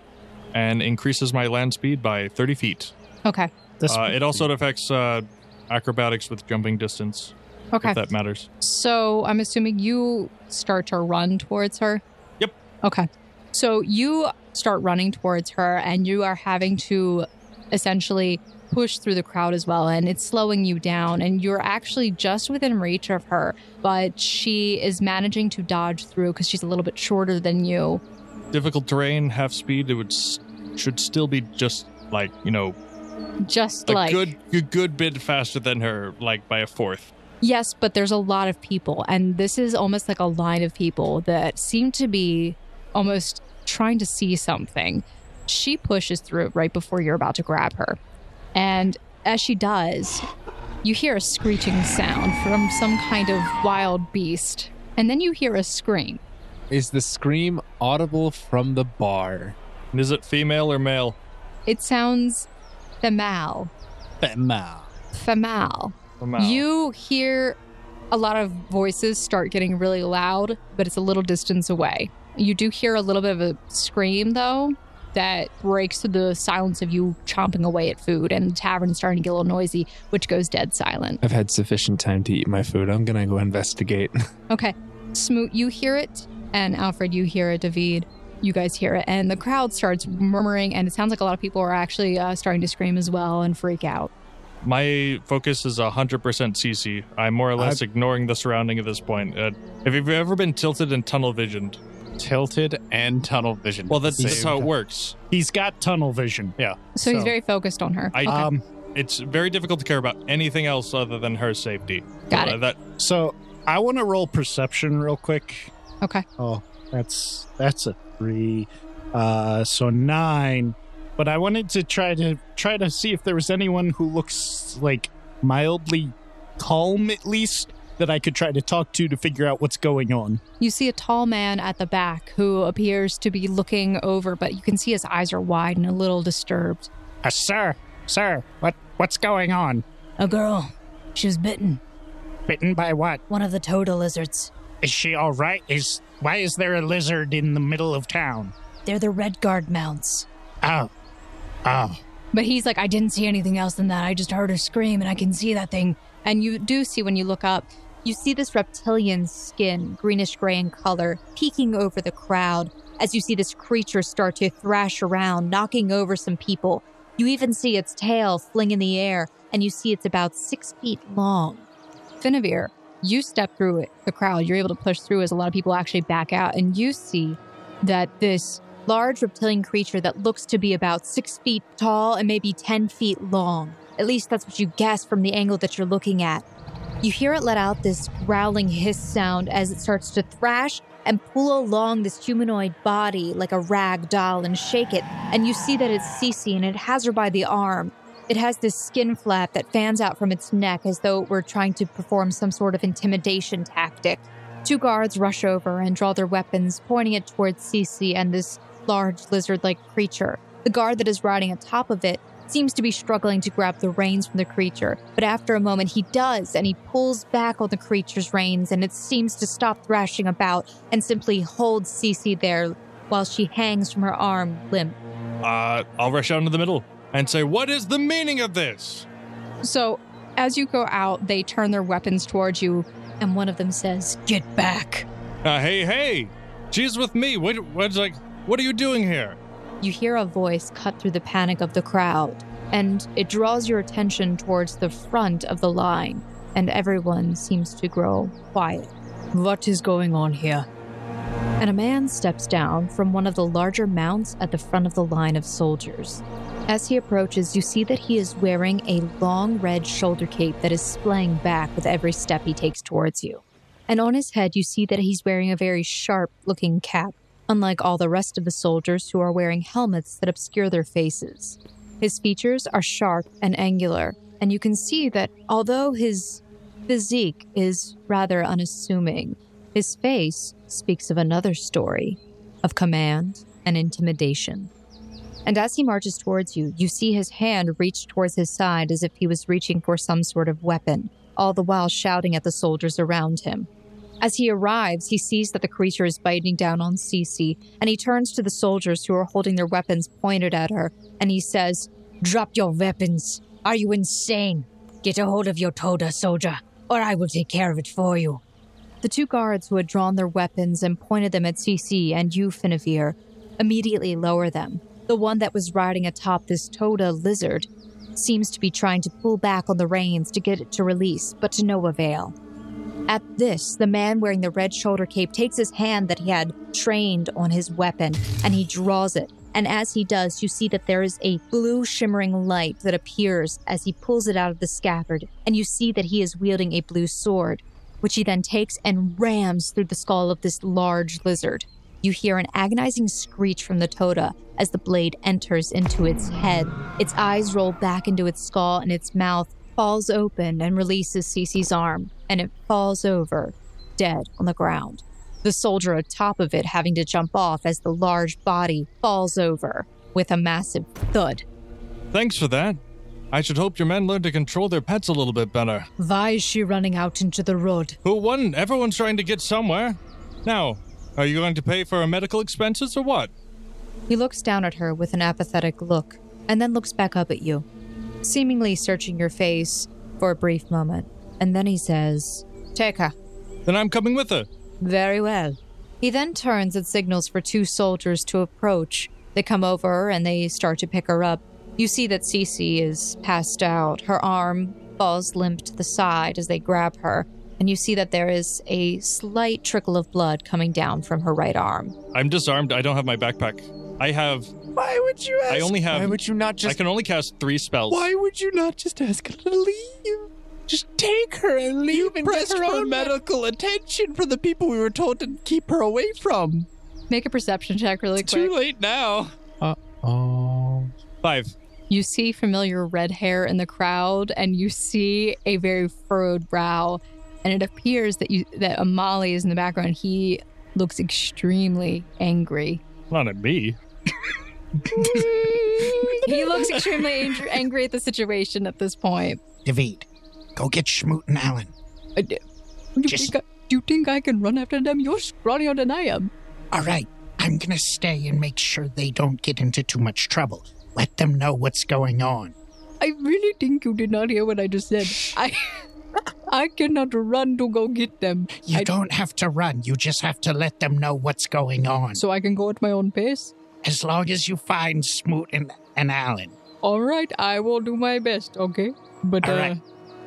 S4: and increases my land speed by 30 feet.
S3: Okay.
S4: Uh, it also affects uh, acrobatics with jumping distance.
S3: Okay.
S4: If that matters.
S3: So I'm assuming you start to run towards her.
S4: Yep.
S3: Okay. So you start running towards her, and you are having to essentially push through the crowd as well, and it's slowing you down. And you're actually just within reach of her, but she is managing to dodge through because she's a little bit shorter than you.
S4: Difficult terrain, half speed, it would s- should still be just like, you know,
S3: Just
S4: a
S3: like
S4: good a good bit faster than her, like by a fourth.
S3: Yes, but there's a lot of people, and this is almost like a line of people that seem to be almost trying to see something. She pushes through right before you're about to grab her. And as she does, you hear a screeching sound from some kind of wild beast, and then you hear a scream.
S11: Is the scream audible from the bar?
S4: Is it female or male?
S3: It sounds femal.
S11: Female.
S3: Femal.
S4: Femal.
S3: You hear a lot of voices start getting really loud, but it's a little distance away. You do hear a little bit of a scream, though, that breaks through the silence of you chomping away at food, and the tavern's starting to get a little noisy, which goes dead silent.
S11: I've had sufficient time to eat my food. I'm gonna go investigate.
S3: Okay. Smoot, you hear it, and Alfred, you hear it, David, you guys hear it, and the crowd starts murmuring, and it sounds like a lot of people are actually uh, starting to scream as well and freak out.
S4: My focus is 100% CC. I'm more or less ignoring the surrounding at this point. Uh, have you ever been tilted and tunnel visioned?
S1: Tilted and tunnel vision.
S4: Well, that's, that's how it works.
S8: He's got tunnel vision.
S4: Yeah.
S3: So, he's very focused on her.
S4: I,
S8: Um,
S4: it's very difficult to care about anything else other than her safety.
S3: Got
S4: Uh,
S3: it.
S4: That
S8: So I want to roll perception real quick.
S3: Okay.
S8: Oh, that's that's a three. Uh, so nine. But I wanted to try to try to see if there was anyone who looks like mildly calm, at least that I could try to talk to to figure out what's going on.
S3: You see a tall man at the back who appears to be looking over, but you can see his eyes are wide and a little disturbed.
S7: Uh, sir, sir, what what's going on?
S13: A girl. She was bitten.
S7: Bitten by what?
S13: One of the toda lizards.
S7: Is she all right? Is why is there a lizard in the middle of town?
S13: They're the red guard mounts.
S7: Oh, oh,
S13: But he's like, I didn't see anything else than that. I just heard her scream and I can see that thing.
S3: And you do see when you look up, you see this reptilian skin, greenish gray in color, peeking over the crowd as you see this creature start to thrash around, knocking over some people. You even see its tail fling in the air, and you see it's about six feet long. Finavir, you step through it, the crowd. You're able to push through as a lot of people actually back out, and you see that this large reptilian creature that looks to be about six feet tall and maybe 10 feet long. At least that's what you guess from the angle that you're looking at. You hear it let out this growling hiss sound as it starts to thrash and pull along this humanoid body like a rag doll and shake it. And you see that it's Cece and it has her by the arm. It has this skin flap that fans out from its neck as though it were trying to perform some sort of intimidation tactic. Two guards rush over and draw their weapons, pointing it towards Cece and this large lizard like creature. The guard that is riding atop of it seems to be struggling to grab the reins from the creature, but after a moment he does and he pulls back on the creature's reins and it seems to stop thrashing about and simply holds Cece there while she hangs from her arm limp.
S4: uh, I'll rush out into the middle and say, What is the meaning of this?
S3: So, as you go out, they turn their weapons towards you, and one of them says, Get back.
S4: Uh, hey, hey, she's with me. What, what's like, what are you doing here?
S3: You hear a voice cut through the panic of the crowd, and it draws your attention towards the front of the line, and everyone seems to grow quiet. What is going on here? And a man steps down from one of the larger mounts at the front of the line of soldiers. As he approaches, you see that he is wearing a long red shoulder cape that is splaying back with every step he takes towards you. And on his head, you see that he's wearing a very sharp looking cap, unlike all the rest of the soldiers who are wearing helmets that obscure their faces. His features are sharp and angular, and you can see that although his physique is rather unassuming, his face speaks of another story of command and intimidation. And as he marches towards you, you see his hand reach towards his side as if he was reaching for some sort of weapon, all the while shouting at the soldiers around him.
S2: As he arrives, he sees that the creature is biting down on Cece, and he turns to the soldiers who are holding their weapons pointed at her, and he says,
S14: Drop your weapons. Are you insane? Get a hold of your Toda, soldier, or I will take care of it for you.
S2: The two guards who had drawn their weapons and pointed them at Cece and you, Finavir, immediately lower them. The one that was riding atop this Toda lizard seems to be trying to pull back on the reins to get it to release, but to no avail. At this, the man wearing the red shoulder cape takes his hand that he had trained on his weapon and he draws it. And as he does, you see that there is a blue shimmering light that appears as he pulls it out of the scabbard, and you see that he is wielding a blue sword, which he then takes and rams through the skull of this large lizard. You hear an agonizing screech from the Toda as the blade enters into its head. Its eyes roll back into its skull, and its mouth falls open and releases Cece's arm, and it falls over, dead on the ground. The soldier atop of it having to jump off as the large body falls over with a massive thud.
S4: Thanks for that. I should hope your men learn to control their pets a little bit better.
S14: Why is she running out into the road?
S4: Who wouldn't? Everyone's trying to get somewhere. Now, are you going to pay for our medical expenses or what?
S2: He looks down at her with an apathetic look and then looks back up at you, seemingly searching your face for a brief moment. And then he says, Take her.
S4: Then I'm coming with her.
S2: Very well. He then turns and signals for two soldiers to approach. They come over and they start to pick her up. You see that Cece is passed out. Her arm falls limp to the side as they grab her, and you see that there is a slight trickle of blood coming down from her right arm.
S4: I'm disarmed. I don't have my backpack. I have.
S13: Why would you ask?
S4: I only have.
S13: Why would you not just?
S4: I can only cast three spells.
S13: Why would you not just ask her to leave? Just take her and leave and get
S3: pressed
S13: her
S3: for
S13: own medical attention for the people we were told to keep her away from.
S2: Make a perception check really
S13: It's
S2: quick.
S13: too late now.
S4: Uh oh. Five.
S2: You see familiar red hair in the crowd, and you see a very furrowed brow, and it appears that you that Amali is in the background. He looks extremely angry.
S4: Not at me.
S2: He looks extremely ang- angry at the situation at this point.
S8: David, go get Schmoot and Allen.
S3: I d- you, think I, you think I can run after them? You're scrawnier than I am.
S8: All right, I'm going to stay and make sure they don't get into too much trouble. Let them know what's going on.
S3: I really think you did not hear what I just said. I I cannot run to go get them.
S8: You
S3: I,
S8: don't have to run, you just have to let them know what's going on.
S3: So I can go at my own pace?
S8: As long as you find Smoot and, and Allen.
S3: All right, I will do my best, okay? But
S8: All
S3: uh,
S8: right.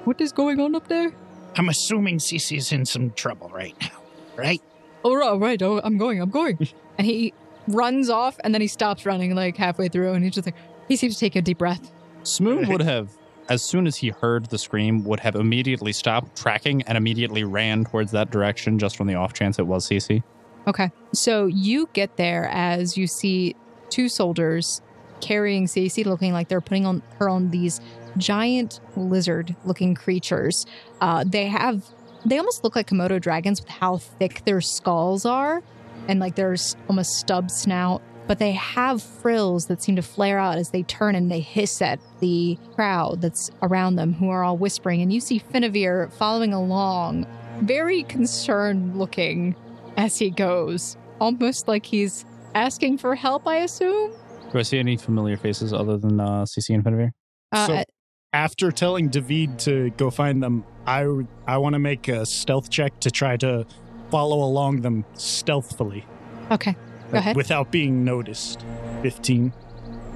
S3: what is going on up there?
S8: I'm assuming Cece's in some trouble right now, right?
S3: All right, all right, oh, I'm going, I'm going. and he runs off and then he stops running like halfway through and he's just like, he seems to take a deep breath.
S5: Smoon would have, as soon as he heard the scream, would have immediately stopped tracking and immediately ran towards that direction just on the off chance it was CC.
S2: Okay.
S3: So you get there as you see two soldiers carrying Cece, looking like they're putting on her on these giant lizard-looking creatures. Uh, they have they almost look like Komodo dragons with how thick their skulls are, and like their s- almost stub snout. But they have frills that seem to flare out as they turn and they hiss at the crowd that's around them, who are all whispering. And you see Finavir following along, very concerned looking as he goes, almost like he's asking for help, I assume.
S5: Do I see any familiar faces other than uh, CC and Finavir?
S3: Uh,
S15: so
S3: I-
S15: after telling David to go find them, I I want to make a stealth check to try to follow along them stealthfully
S3: Okay, go
S15: uh,
S3: ahead.
S15: without being noticed. 15.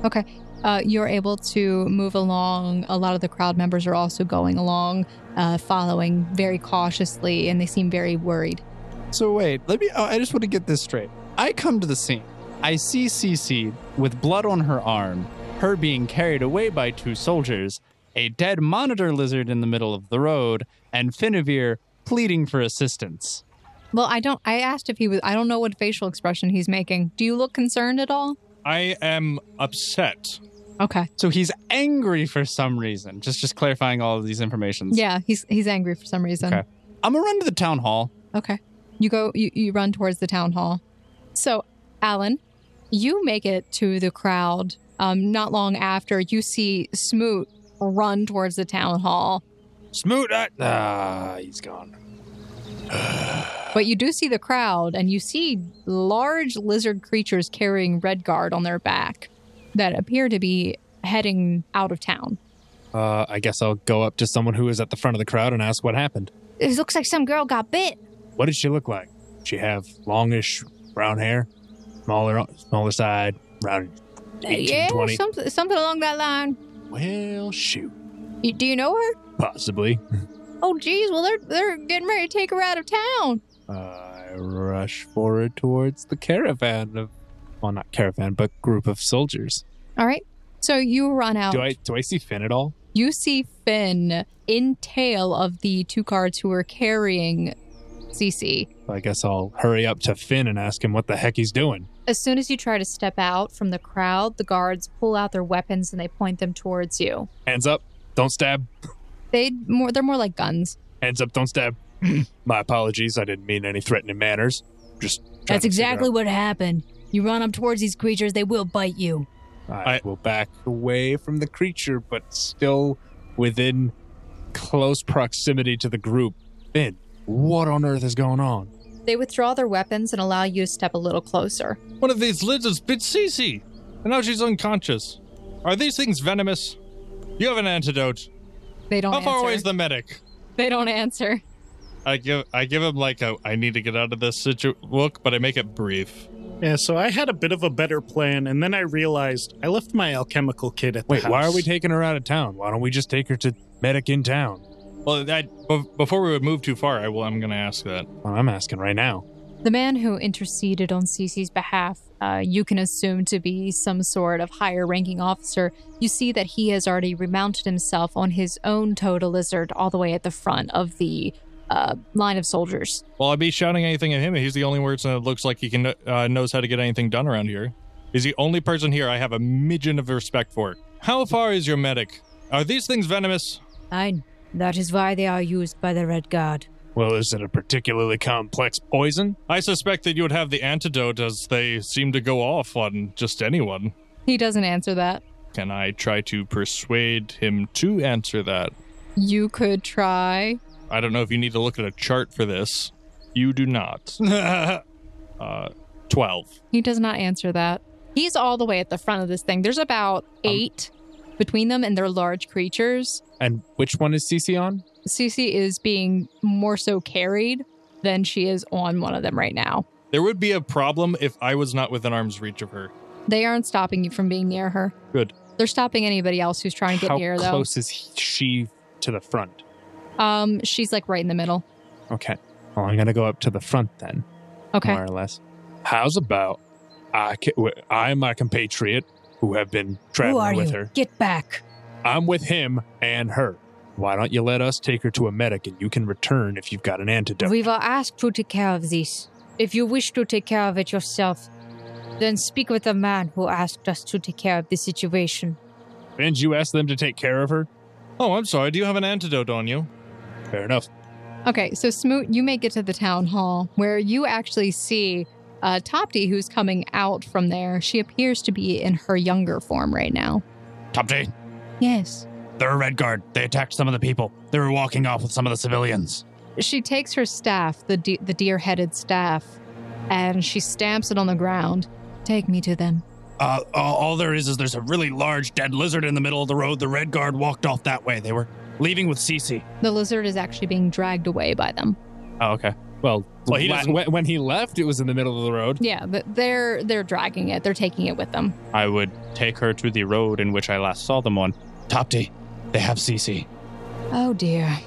S3: Okay. Uh, you're able to move along. A lot of the crowd members are also going along, uh, following very cautiously, and they seem very worried.
S13: So wait, let me. Oh, I just want to get this straight.
S5: I come to the scene. I see CC with blood on her arm, her being carried away by two soldiers, a dead monitor lizard in the middle of the road, and Finavir pleading for assistance.
S2: Well, I don't. I asked if he was. I don't know what facial expression he's making. Do you look concerned at all?
S4: I am upset.
S3: Okay.
S5: So he's angry for some reason. Just just clarifying all of these informations.
S3: Yeah, he's he's angry for some reason.
S5: Okay. I'm gonna run to the town hall.
S3: Okay. You go you, you run towards the town hall. So, Alan, you make it to the crowd. Um, not long after you see Smoot run towards the town hall.
S16: Smoot. I- ah, he's gone.
S3: But you do see the crowd, and you see large lizard creatures carrying Redguard on their back that appear to be heading out of town.
S11: Uh, I guess I'll go up to someone who is at the front of the crowd and ask what happened.
S2: It looks like some girl got bit.
S11: What did she look like? She have longish brown hair, smaller smaller side, round. 18,
S3: yeah,
S11: 20.
S3: something, something along that line.
S11: Well, shoot,
S3: Y- Do you know her?
S11: possibly.
S3: Oh, geez. Well, they're they're getting ready to take her out of town.
S11: Uh, I rush forward towards the caravan of, well, not caravan, but group of soldiers.
S3: All right. So you run out.
S11: Do I do I see Finn at all?
S3: You see Finn in tail of the two guards who are carrying Cece.
S11: I guess I'll hurry up to Finn and ask him what the heck he's doing.
S3: As soon as you try to step out from the crowd, the guards pull out their weapons and they point them towards you.
S11: Hands up, don't stab.
S3: They more they're more like guns.
S11: Hands up, don't stab. My apologies, I didn't mean any threatening manners. Just
S13: That's exactly
S11: out.
S13: what happened. You run up towards these creatures, they will bite you.
S11: I, will back away from the creature, but still within close proximity to the group. Finn, what on earth is going on?
S3: They withdraw their weapons and allow you to step a little closer.
S4: One of these lizards bit Cece, and now she's unconscious. Are these things venomous? You have an antidote.
S3: They don't
S4: How
S3: answer.
S4: far away is the medic?
S3: They don't answer.
S4: I give I give him like a I need to get out of this situ- look, but I make it brief.
S8: Yeah, so I had a bit of a better plan, and then I realized I left my alchemical kit at the
S11: Wait, why are
S8: house.
S11: we taking her out of town? Why don't we just take her to medic in town?
S4: Well, that be- before we would move too far, I will. I'm going to ask that.
S11: Well, I'm asking right now.
S3: The man who interceded on Cece's behalf, uh, you can assume to be some sort of higher ranking officer. You see that he has already remounted himself on his own Toda Lizard all the way at the front of the uh, line of soldiers.
S4: Well, I'd be shouting anything at him. He's the only person that looks like he can uh, knows how to get anything done around here. He's the only person here I have a midget of respect for. How far is your medic? Are these things venomous?
S13: Fine. That is why they are used by the Red Guard.
S11: Well, is it a particularly complex poison?
S4: I suspect that you would have the antidote, as they seem to go off on just anyone.
S3: He doesn't answer that.
S4: Can I try to persuade him to answer that?
S3: You could try.
S4: I don't know if you need to look at a chart for this. You do not. uh, 12.
S3: He does not answer that. He's all the way at the front of this thing. There's about eight between them, and they're large creatures.
S11: And which one is Cece on?
S3: Cece is being more so carried than she is on one of them right now.
S4: There would be a problem if I was not within arm's reach of her.
S3: They aren't stopping you from being near her.
S4: Good.
S3: They're stopping anybody else who's trying to get
S11: How
S3: near though.
S11: close is he- she to the front?
S3: Um, she's like right in the middle.
S11: Okay. Well, I'm gonna go up to the front then.
S3: Okay.
S11: More or less. How's about I? ca- w- I and my compatriot who have been
S13: Who
S11: traveling
S13: are
S11: with
S13: you?
S11: her.
S13: Get back.
S11: I'm with him and her. Why don't you let us take her to a medic and you can return if you've got an antidote?
S13: We were asked to take care of this. If you wish to take care of it yourself, then speak with the man who asked us to take care of the situation.
S11: and you ask them to take care of her?
S4: Oh, I'm sorry. Do you have an antidote on you?
S11: Fair enough.
S3: Okay, so Smoot, you make it to the town hall where you actually see uh, Topti, who's coming out from there. She appears to be in her younger form right now.
S1: Top G,
S3: Yes.
S1: they're a red guard. They attacked some of the people. They were walking off with some of the civilians.
S3: She takes her staff, the de- the deer-headed staff, and she stamps it on the ground. Take me to them.
S1: Uh, all all there is is there's a really large dead lizard in the middle of the road. The red guard walked off that way. They were leaving with Cece.
S3: The lizard is actually being dragged away by them.
S11: Oh, okay. Well,
S1: Well, he
S11: la-
S1: doesn't-
S11: when- when he left, it was in the middle of the road.
S3: Yeah, but they're they're dragging it. They're taking it with them.
S5: I would take her to the road in which I last saw them on.
S1: Topti, they have Cece.
S3: Oh dear.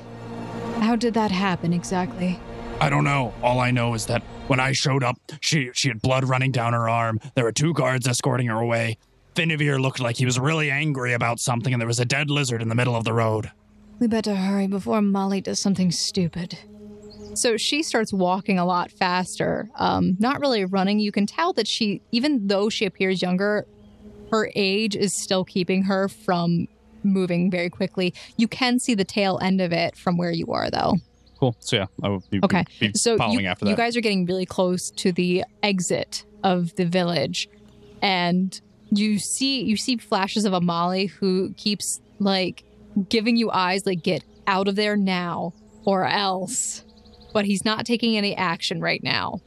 S3: How did that happen exactly?
S1: I don't know. All I know is that when I showed up, she she had blood running down her arm. There were two guards escorting her away. Finivir looked like he was really angry about something, and there was a dead lizard in the middle of the road.
S3: We better hurry before Molly does something stupid. So she starts walking a lot faster, um, not really running. You can tell that she, even though she appears younger, her age is still keeping her from moving very quickly. You can see the tail end of it from where you are, though.
S5: Cool. So yeah, I will be,
S3: Okay.
S5: be be
S3: so
S5: following
S3: you,
S5: after that.
S3: you guys are getting really close to the exit of the village, and you see you see flashes of Amali who keeps like giving you eyes like get out of there now or else. but he's not taking any action right now.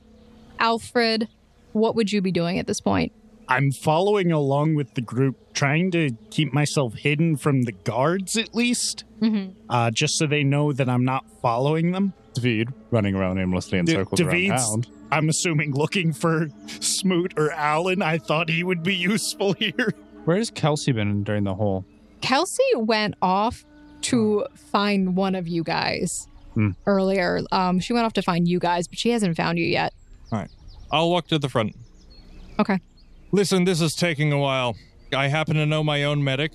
S3: Alfred, what would you be doing at this point?
S8: I'm following along with the group, trying to keep myself hidden from the guards at least,
S3: Mm-hmm.
S8: uh, just so they know that I'm not following them.
S6: David running around aimlessly in
S8: D-
S6: circles around
S8: David's,
S6: town.
S8: I'm assuming, looking for Smoot or Alan. I thought he would be useful here.
S6: Where's Kelsey been during the whole?
S3: Kelsey went off
S5: Oh.
S3: to find one of you guys
S6: Hmm.
S3: earlier. Um, she went off to find you guys, but she hasn't found you yet.
S4: All right. I'll walk to the front.
S3: Okay.
S4: Listen, this is taking a while. I happen to know my own medic.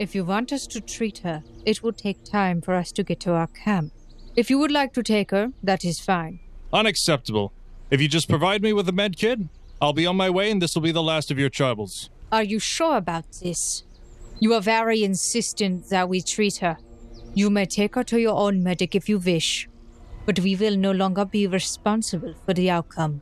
S13: If you want us to treat her, it will take time for us to get to our camp. If you would like to take her, that is fine.
S4: Unacceptable. If you just provide me with a med kit, I'll be on my way and this will be the last of your troubles.
S13: Are you sure about this? You are very insistent that we treat her. You may take her to your own medic if you wish, but we will no longer be responsible for the outcome.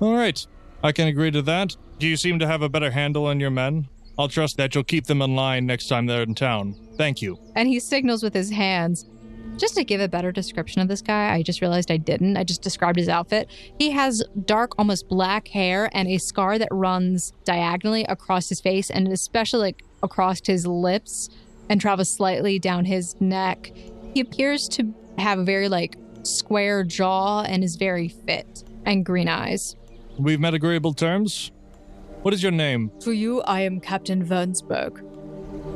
S4: All right. I can agree to that. Do you seem to have a better handle on your men? I'll trust that you'll keep them in line next time they're in town. Thank you.
S3: And he signals with his hands. Just to give a better description of this guy, I just realized I didn't. I just described his outfit. He has dark, almost black hair and a scar that runs diagonally across his face and especially like, across his lips and travels slightly down his neck. He appears to have a very like square jaw and is very fit and green eyes.
S4: We've met agreeable terms. What is your name?
S12: To you, I am Captain Wernsberg.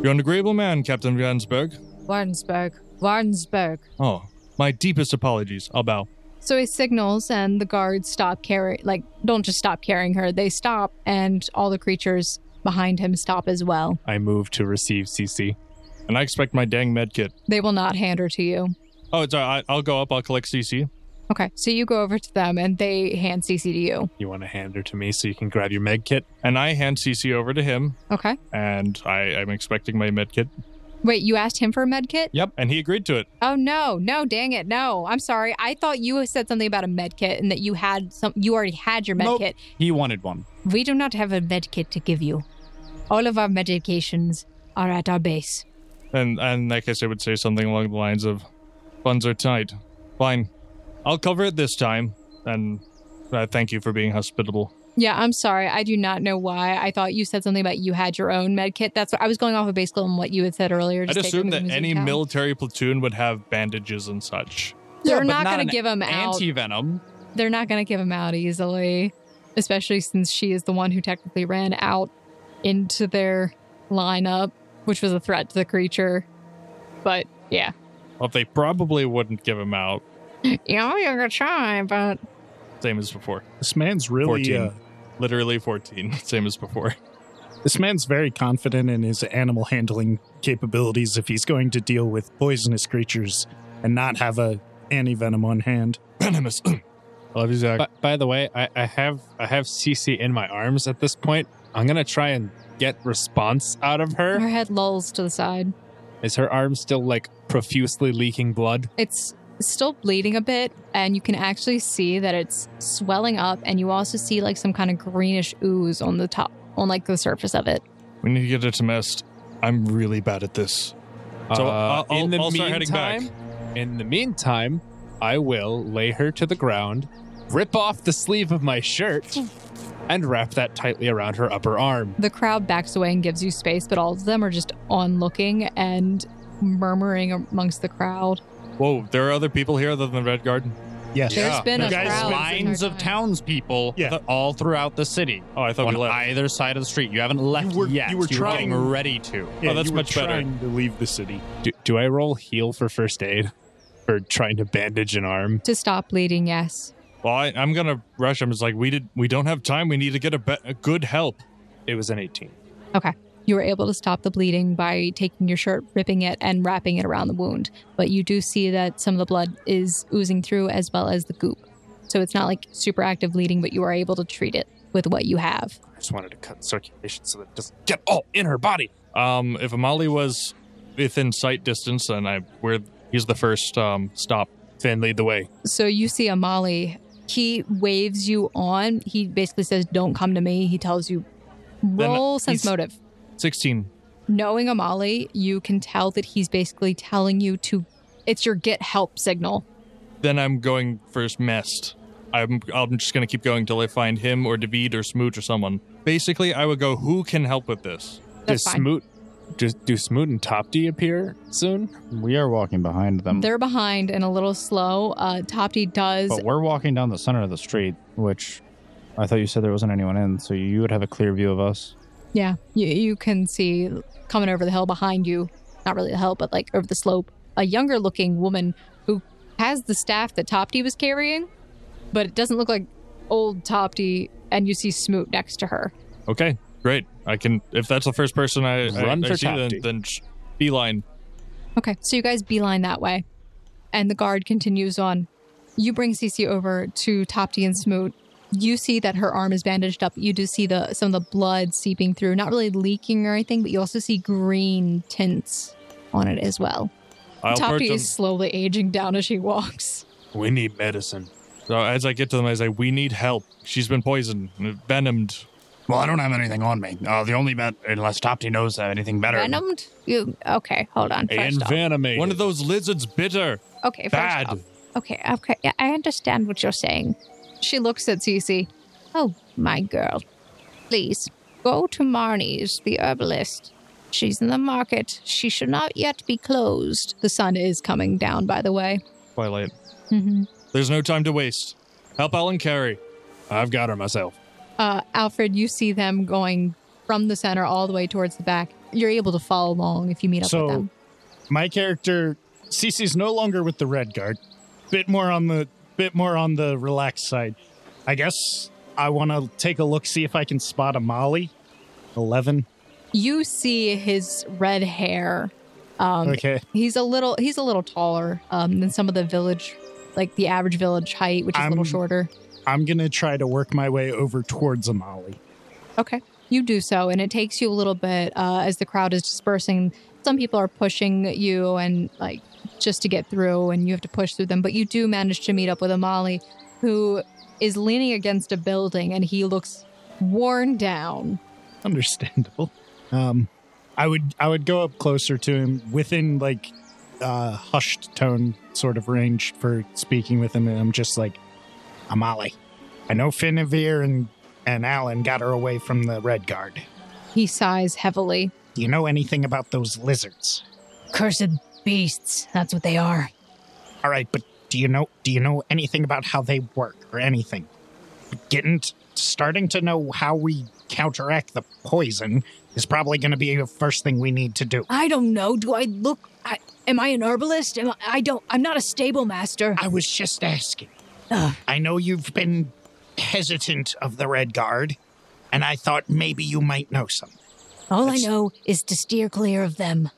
S4: You're an agreeable man, Captain Vansberg.
S13: Warnsberg, Warnsberg.
S4: Oh, my deepest apologies. I'll bow.
S3: So he signals, and the guards stop carry like don't just stop carrying her. They stop, and all the creatures behind him stop as well.
S5: I move to receive CC.
S4: And I expect my dang med kit.
S3: They will not hand her to you.
S4: Oh, it's all right. I- I'll go up. I'll collect CC.
S3: Okay, so you go over to them, and they hand CC to you.
S5: You want to hand her to me so you can grab your med kit?
S4: And I hand CC over to him.
S3: Okay,
S4: And I am expecting my med kit.
S3: wait, you asked him for a med kit?
S4: Yep. And he agreed to it.
S3: Oh no, no, dang it, no! I'm sorry. I thought you said something about a med kit and that you had some. You already had your med
S1: Nope.
S3: kit.
S1: He wanted one.
S13: We do not have a med kit to give you. All of our medications are at our base.
S4: And and I guess I would say something along the lines of, "Funds are tight. Fine, I'll cover it this time." And uh, thank you for being hospitable.
S3: Yeah, I'm sorry. I do not know why. I thought you said something about you had your own med kit. That's what I was going off of basically on what you had said earlier.
S4: I'd
S3: just take
S4: assume that
S3: everything as you
S4: any
S3: can.
S4: military platoon would have bandages and such.
S3: They're not, going to give him out.
S1: Anti venom.
S3: They're not going to give him out easily, especially since she is the one who technically ran out into their lineup, which was a threat to the creature. But yeah,
S4: Well, they probably wouldn't give him out,
S3: yeah, you're gonna try, but
S4: same as before.
S8: This man's really.
S4: 14.
S8: Uh,
S4: Literally 14, same as before.
S8: this man's very confident in his animal handling capabilities if he's going to deal with poisonous creatures and not have a anti venom on hand.
S4: Venomous.
S5: Love you, Zach. By, the way, I, I have I have CC in my arms at this point. I'm gonna try and get response out of
S3: her
S5: her.
S3: head lolls to the side.
S5: Is her arm still like profusely leaking blood?
S3: It's still bleeding a bit, and you can actually see that it's swelling up, and you also see like some kind of greenish ooze on the top, on like the surface of it.
S4: We need to get it to mess. I'm really bad at this. So
S5: Uh,
S4: I'll, I'll, I'll start heading back.
S5: in the meantime, I will lay her to the ground, rip off the sleeve of my shirt, and wrap that tightly around her upper arm.
S3: The crowd backs away and gives you space, but all of them are just on looking and murmuring amongst the crowd.
S4: Whoa, there are other people here other than the Red Guard?
S8: Yes.
S3: There's been a
S8: You guys
S3: crowd.
S1: Lines of townspeople
S8: Yeah.
S1: all throughout the city.
S4: Oh, I thought
S1: on
S4: we left.
S1: either side of the street. You haven't left
S8: You were-
S1: yet.
S8: you were
S1: getting
S8: trying-
S1: ready to.
S8: Yeah,
S4: Oh, that's
S8: you were
S4: much better.
S8: Trying to leave the city.
S5: Do, do I roll heal for first aid for trying to bandage an arm?
S3: To stop bleeding, yes.
S4: Well, I, I'm gonna rush him. It's like we did. We don't have time. We need to get a, be- a good help.
S5: It was an 18.
S3: Okay. You were able to stop the bleeding by taking your shirt, ripping it, and wrapping it around the wound. But you do see that some of the blood is oozing through as well as the goop. So it's not like super active bleeding, but you are able to treat it with what you have.
S5: I just wanted to cut circulation so that it doesn't get all in her body.
S4: Um, if Amali was within sight distance, then I we're he's the first um stop.
S5: Finn, lead the way.
S3: So you see Amali, he waves you on. He basically says, Don't come to me. He tells you, Roll sense
S4: he's-
S3: motive.
S4: Sixteen.
S3: Knowing Amali, you can tell that he's basically telling you to, it's your get help signal.
S4: Then I'm going first messed. I'm I'm just gonna keep going till I find him or David or Smoot or someone. Basically, I would go. Who can help with this?
S5: Does Smoot, does, do Smoot and Topty appear soon?
S17: We are walking behind them.
S3: They're behind and a little slow. Uh, Topty does.
S17: But we're walking down the center of the street, which I thought you said there wasn't anyone in, so you would have a clear view of us.
S3: Yeah, you, you can see coming over the hill behind you, not really the hill, but like over the slope, a younger looking woman who has the staff that Topty was carrying, but it doesn't look like old Topty, and you see Smoot next to her.
S4: Okay, great. I can if that's the first person I I-
S5: Run
S4: I
S5: for
S4: see, then,
S5: Topty.
S4: then sh- beeline.
S3: Okay, so you guys beeline that way, and the guard continues on. You bring Cece over to Topty and Smoot. You see that her arm is bandaged up. You do see the some of the blood seeping through, not really leaking or anything, but you also see green tints on it as well.
S4: I'll
S3: Topty
S4: purge
S3: is slowly aging down as she walks.
S4: We need medicine. So as I get to them, I say, "We need help. She's been poisoned, venomed."
S1: Well, I don't have anything on me. Uh, the only bet, unless Topty knows of anything better.
S3: Venomed? You okay? Hold on. First off.
S4: One of those lizards bit her.
S3: Okay, first
S4: Bad.
S3: off. Okay, okay. Yeah, I understand what you're saying. She looks at Cece. Oh, my girl. Please, go to Marnie's, the herbalist. She's in the market. She should not yet be closed. The sun is coming down, by the way.
S4: Twilight.
S3: Mm-hmm.
S4: There's no time to waste. Help Ellen Carey. I've got her myself.
S3: Uh, Alfred, you see them going from the center all the way towards the back. You're able to follow along if you meet up
S8: so,
S3: with them.
S8: my character Cece's no longer with the red guard. Bit more on the bit more on the relaxed side. I guess I want to take a look, see if I can spot a Molly. Eleven.
S3: You see his red hair. Um,
S8: Okay.
S3: He's a little he's a little taller um, than some of the village, like the average village height, which is a little
S8: I'm-
S3: shorter.
S8: I'm gonna try to work my way over towards a Molly.
S3: Okay. You do so, and it takes you a little bit uh, as the crowd is dispersing. Some people are pushing you and like just to get through, and you have to push through them. But you do manage to meet up with Amali, who is leaning against a building, and he looks worn down.
S8: Understandable. Um, I would I would go up closer to him within like uh, hushed tone sort of range for speaking with him, and I'm just like, Amali. I know Finavir and and Alan got her away from the Red Guard.
S3: He sighs heavily.
S8: Do you know anything about those lizards?
S13: Cursed beasts, that's what they are.
S8: All right, but do you know do you know anything about how they work or anything? Getting t- starting to know how we counteract the poison is probably going to be the first thing we need to do.
S13: I don't know. Do I look? I, am I an herbalist? Am I, I don't. I'm not a stable master.
S8: I was just asking. I know you've been hesitant of the Red Guard, and I thought maybe you might know something.
S13: All I know is to steer clear of them.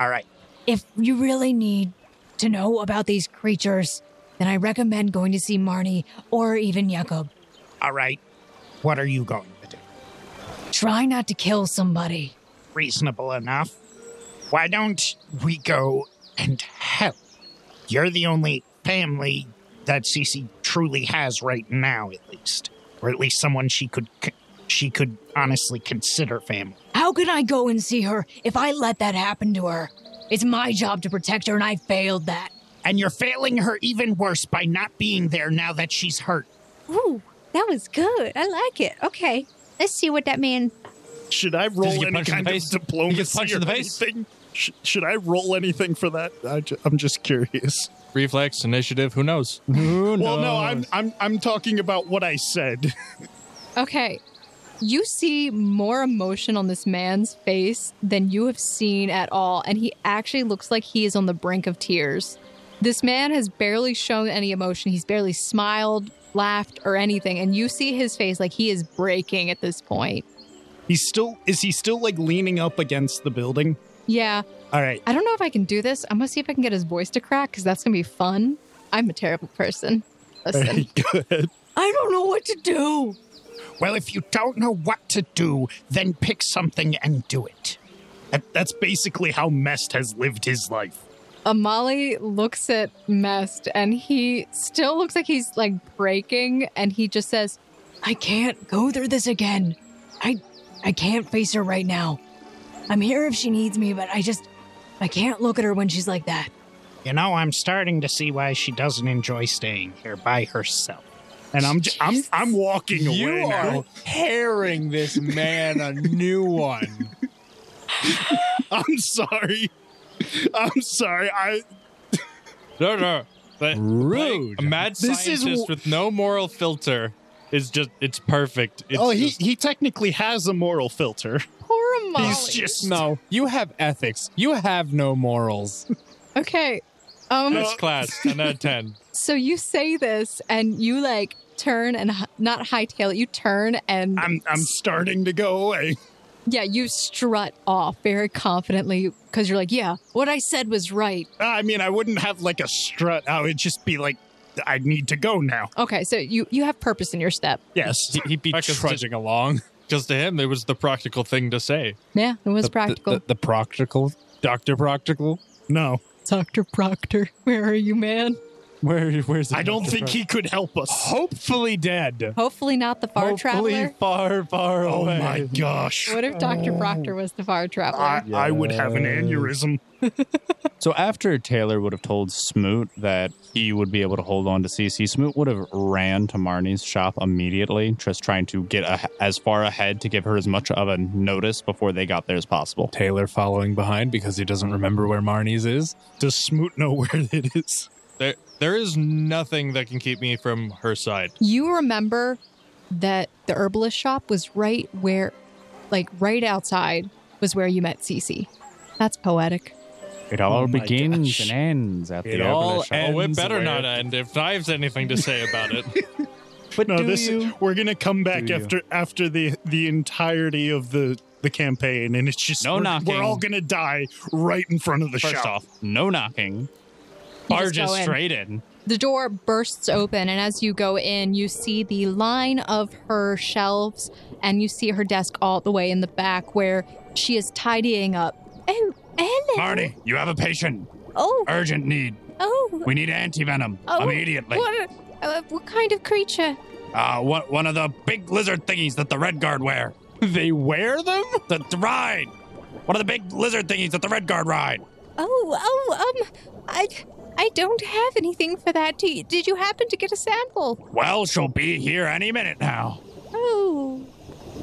S8: All right.
S13: If you really need to know about these creatures, then I recommend going to see Marnie or even Jakob.
S8: All right. What are you going to do?
S13: Try not to kill somebody.
S8: Reasonable enough. Why don't we go and help? You're the only family that Cece truly has right now, at least, or at least someone she could c- she could honestly consider family.
S13: How can I go and see her if I let that happen to her? It's my job to protect her, and I failed that.
S8: And you're failing her even worse by not being there now that she's hurt.
S2: Ooh, that was good. I like it. Okay, let's see what that man.
S18: Should I roll
S2: he get
S18: any
S2: punched in
S18: kind
S2: the
S18: of
S2: face?
S18: diplomacy
S2: He gets punched
S18: or
S2: in the face?
S18: anything? Sh- should I roll anything for that? I ju- I'm just curious.
S4: Reflex, initiative, who knows?
S18: Well, no, I'm I'm I'm talking about what I said.
S3: Okay. You see more emotion on this man's face than you have seen at all, and he actually looks like he is on the brink of tears. This man has barely shown any emotion. He's barely smiled, laughed, or anything, and you see his face like he is breaking at this point.
S8: He's still is he still like leaning up against the building?
S3: Yeah.
S8: All right.
S3: I don't know if I can do this. I'm gonna see if I can get his voice to crack because that's gonna be fun. I'm a terrible person. Listen.
S13: I don't know what to do.
S8: Well, if you don't know what to do, then pick something and do it.
S18: That- That's basically how Mest has lived his life.
S3: Amali looks at Mest and he still looks like he's like breaking and he just says,
S13: I can't go through this again. I I can't face her right now. I'm here if she needs me, but I just I can't look at her when she's like that.
S19: You know, I'm starting to see why she doesn't enjoy staying here by herself. And I'm j- I'm I'm walking away
S20: You
S19: now.
S20: are herring this man a new one.
S8: I'm sorry. I'm sorry. I
S4: No, no. But, Rude. a mad
S8: This is
S4: scientist
S8: wh-
S4: with no moral filter is just, it's perfect. It's
S8: oh,
S4: just-
S8: he he technically has a moral filter.
S3: Poor Molly.
S20: no. You have ethics. You have no morals.
S3: Okay. Um,
S4: This class, 10 out of 10.
S3: so you say this and you like turn and h- not hightail it. You turn and
S8: I'm I'm starting to go away.
S3: yeah, you strut off very confidently because you're like, yeah, what I said was right.
S19: I mean, I wouldn't have like a strut. I would just be like, I need to go now.
S3: Okay, so you you have purpose in your step.
S19: Yes.
S4: He, he'd be trudging along. Because to him, it was the practical thing to say.
S3: Yeah, it was practical.
S4: The, practical? Dr. Practical?
S19: No.
S3: Dr. Proctor, where are you, man?
S21: Where where's
S8: I don't think he could help us.
S4: Hopefully dead.
S3: Hopefully not the far
S21: Hopefully
S3: traveler.
S21: far, far
S8: Oh
S21: away.
S8: my gosh.
S3: What if Dr. Proctor was the far traveler?
S8: I, I would have an aneurysm.
S5: So after Taylor would have told Smoot that he would be able to hold on to CC, Smoot would have ran to Marnie's shop immediately, just trying to get a, as far ahead to give her as much of a notice before they got there as possible.
S20: Taylor following behind because he doesn't remember where Marnie's is.
S8: Does Smoot know where it is?
S4: There, there is nothing that can keep me from her side.
S3: You remember that the herbalist shop was right where, like, right outside was where you met Cece. That's poetic.
S5: It all
S4: Oh my
S5: begins
S4: gosh.
S5: and ends at
S4: It
S5: the
S4: all
S5: herbalist shop.
S4: oh, it better not end if I have anything to say about it.
S5: But
S8: no,
S4: do
S8: this
S4: you?
S8: we're gonna come back
S4: Do you?
S8: after after the the entirety of the the campaign, and it's just
S5: No
S8: we're,
S5: knocking.
S8: we're all gonna die right in front of the
S5: First
S8: shop.
S5: off, no knocking.
S3: just
S5: Barge
S3: go
S5: is
S3: in.
S5: straight in.
S3: The door bursts open, and as you go in, you see the line of her shelves, and you see her desk all the way in the back where she is tidying up. Oh, Ellen.
S1: Marty, you have a patient.
S2: Oh.
S1: Urgent need.
S2: Oh.
S1: We need antivenom
S2: oh,
S1: immediately.
S2: What, a- uh, what kind of creature?
S1: Uh, what, one of the big lizard thingies that the Red Guard wear.
S20: They wear them?
S1: The, the ride. One of the big lizard thingies that the Red Guard ride.
S2: Oh, oh, um, I, I don't have anything for that. Do you, did you happen to get a sample?
S1: Well, she'll be here any minute now.
S2: Oh.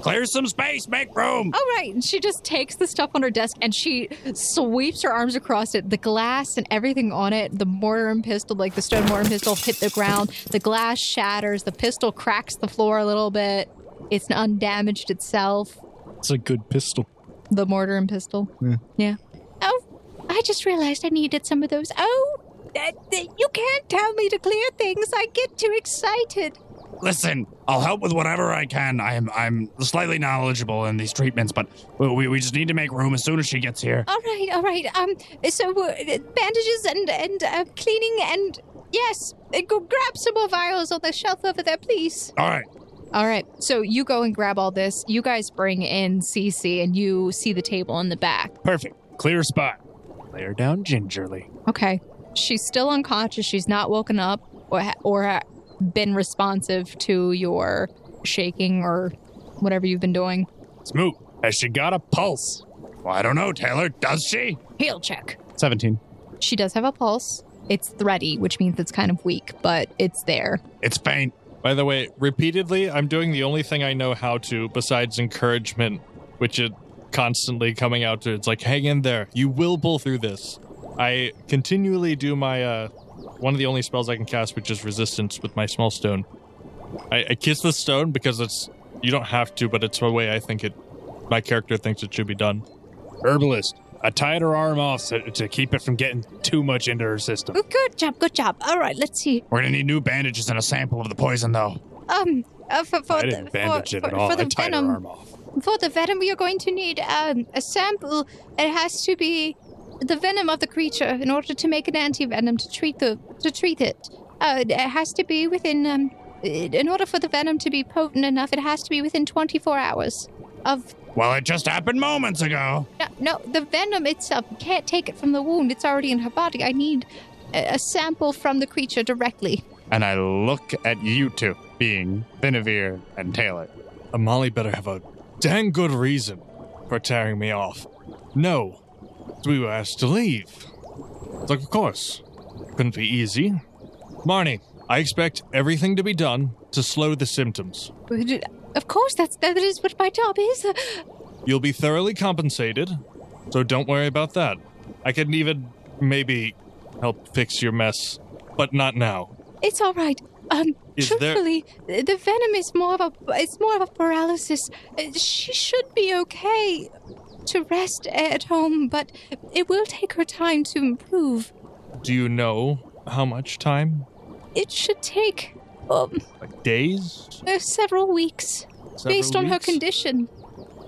S1: Clear some space, make room.
S3: All right. And she just takes the stuff on her desk and she sweeps her arms across it. The glass and everything on it, the mortar and pistol, like the stone mortar and pistol, hit the ground. The glass shatters. The pistol cracks the floor a little bit. It's undamaged itself.
S8: It's a good pistol.
S3: The mortar and pistol.
S8: Yeah.
S3: Yeah.
S2: Oh, I just realized I needed some of those. Oh, uh, th- you can't tell me to clear things. I get too excited.
S1: Listen, I'll help with whatever I can. I'm I'm slightly knowledgeable in these treatments, but we- we, we just need to make room as soon as she gets here.
S2: All right, all right. Um, so uh, bandages and and uh, cleaning and yes, uh, go grab some more vials on the shelf over there, please.
S1: All right.
S3: All right. So you go and grab all this. You guys bring in Cece and you see the table in the back.
S20: Perfect. Clear spot. Lay her down gingerly.
S3: Okay. She's still unconscious. She's not woken up or, ha- or ha- been responsive to your shaking or whatever you've been doing.
S1: Smoot, has she got a pulse? Well, I don't know, Taylor. Does she?
S3: Heal check.
S5: 17.
S3: She does have a pulse. It's thready, which means it's kind of weak, but it's there.
S1: It's faint.
S4: By the way, repeatedly, I'm doing the only thing I know how to besides encouragement, which is constantly coming out to. It's like, hang in there. You will pull through this. I continually do my, uh, one of the only spells I can cast, which is resistance with my small stone. I, I kiss the stone because it's, you don't have to, but it's the way I think it, my character thinks it should be done.
S20: Herbalist. I tied her arm off so, to keep it from getting too much into her system.
S2: Oh, good job, good job. All right, let's see.
S1: We're gonna need new bandages and a sample of the poison, though.
S2: Um, uh, for, for
S1: I
S2: the-
S1: didn't
S2: for-
S1: bandage it at
S2: for-
S1: all.
S2: Oh, For the
S1: Oh, I tied her
S2: venom,
S1: arm
S2: For the venom, you're going to need um, a sample. It has to be the venom of the creature in order to make an anti-venom to treat the to treat it. Uh, it has to be within. Um, in order for the venom to be potent enough, it has to be within 24 hours of.
S1: Well, it just happened moments ago.
S2: No, no the venom itself you can't take it from the wound. It's already in her body. I need a, a sample from the creature directly.
S5: And I look at you two, being Benevere and Taylor.
S4: Amali better have a dang good reason for tearing me off. No, we were asked to leave. It's like, of course. Couldn't be easy. Marnie, I expect everything to be done to slow the symptoms.
S3: Of course, that's that is what my job is.
S4: You'll be thoroughly compensated, so don't worry about that. I can even maybe help fix your mess, but not now.
S3: It's all right. Um,
S4: Is there-
S3: truthfully, the venom is more of a it's more of a paralysis. Uh, She should be okay to rest at home, but it will take her time to improve.
S4: Do you know how much time?
S3: It should take um,
S4: Like days?
S3: uh, several weeks,
S4: Several
S3: based on her
S4: weeks?
S3: condition.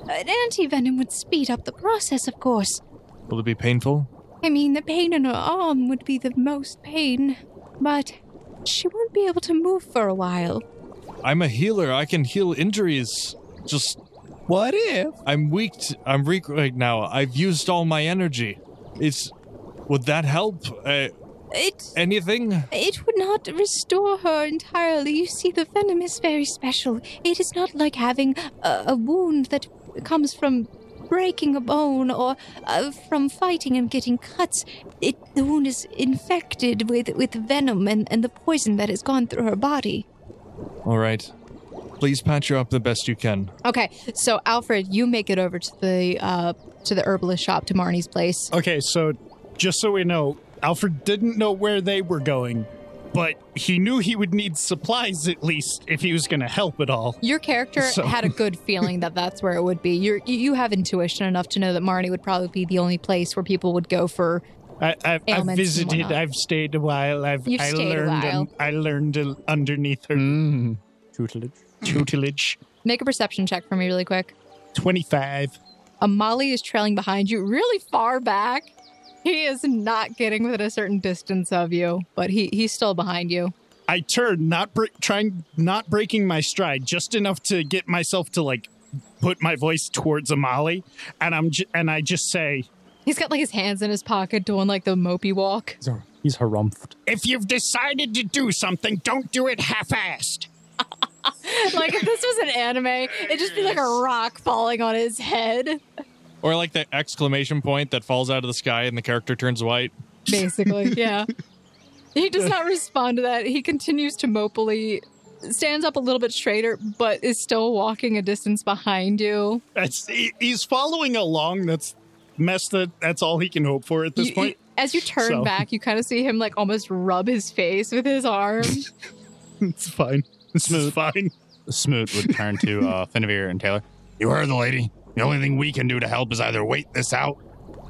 S3: An anti venom would speed up the process, of course.
S4: Will it be painful?
S3: I mean, the pain in her arm would be the most pain, but she won't be able to move for a while.
S4: I'm a healer. I can heal injuries. Just what if I'm weak? t- I'm weak right now. I've used all my energy. It's would that help? Uh,
S3: it
S4: anything?
S3: It would not restore her entirely. You see, the venom is very special. It is not like having a, a wound that comes from breaking a bone or uh, from fighting and getting cuts. It, the wound is infected with, with venom and, and the poison that has gone through her body.
S4: All right. Please patch her up the best you can.
S3: Okay, so Alfred, you make it over to the uh, to the herbalist shop to Marnie's place.
S8: Okay, so just so we know, Alfred didn't know where they were going, but he knew he would need supplies at least if he was going to help at all.
S3: Your character
S8: So-
S3: had a good feeling that that's where it would be. You're, you you have intuition enough to know that Marnie would probably be the only place where people would go for.
S8: I, I've, I've
S3: ailments and
S8: visited.
S3: whatnot.
S8: I've stayed a while. I've
S3: You've
S8: I
S3: stayed a
S8: learned.
S3: while.
S8: un- I learned uh, underneath her tutelage. Tutelage.
S3: Make a perception check for me really quick.
S8: Twenty-five.
S3: Amali is trailing behind you, really far back. He is not getting within a certain distance of you, but he he's still behind you.
S8: I turn, not bre- trying, not breaking my stride, just enough to get myself to like put my voice towards Amali, and I'm j- and I just say,
S3: He's got like his hands in his pocket doing like the mopey walk.
S17: He's harumphed.
S7: If you've decided to do something, don't do it half assed.
S3: like if this was an anime, it'd just be like a rock falling on his head.
S4: Or like the exclamation point that falls out of the sky and the character turns white.
S3: Basically, yeah. He does not respond to that. He continues to mopily, stands up a little bit straighter, but is still walking a distance behind you.
S8: "That's he- he's following along. That's messed. That that's all he can hope for at this
S3: You-
S8: point."
S3: you- as you turn
S8: So-
S3: back, you kind of see him like almost rub his face with his arm.
S8: it's fine. This is fine.
S17: Smoot would turn to uh, Finavir and Taylor.
S1: You heard the lady. The only thing we can do to help is either wait this out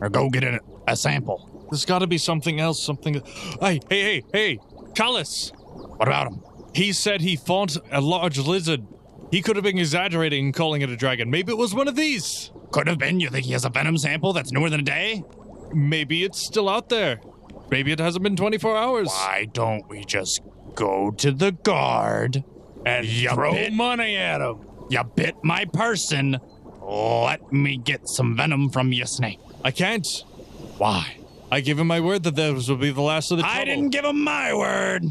S1: or go get a, a sample.
S4: There's got to be something else. Something. Hey, hey, hey, hey, Callus.
S1: What about him?
S4: He said he fought a large lizard. He could have been exaggerating and calling it a dragon. Maybe it was one of these.
S1: Could have been. You think he has a venom sample that's newer than a day?
S4: Maybe it's still out there. Maybe it hasn't been 24 hours.
S1: Why don't we just go to the guard and you
S4: throw
S1: money at him? You bit my person. Let me get some venom from you, snake.
S4: I can't.
S1: Why?
S4: I give him my word that those will be the last of the trouble.
S1: I didn't give him my word.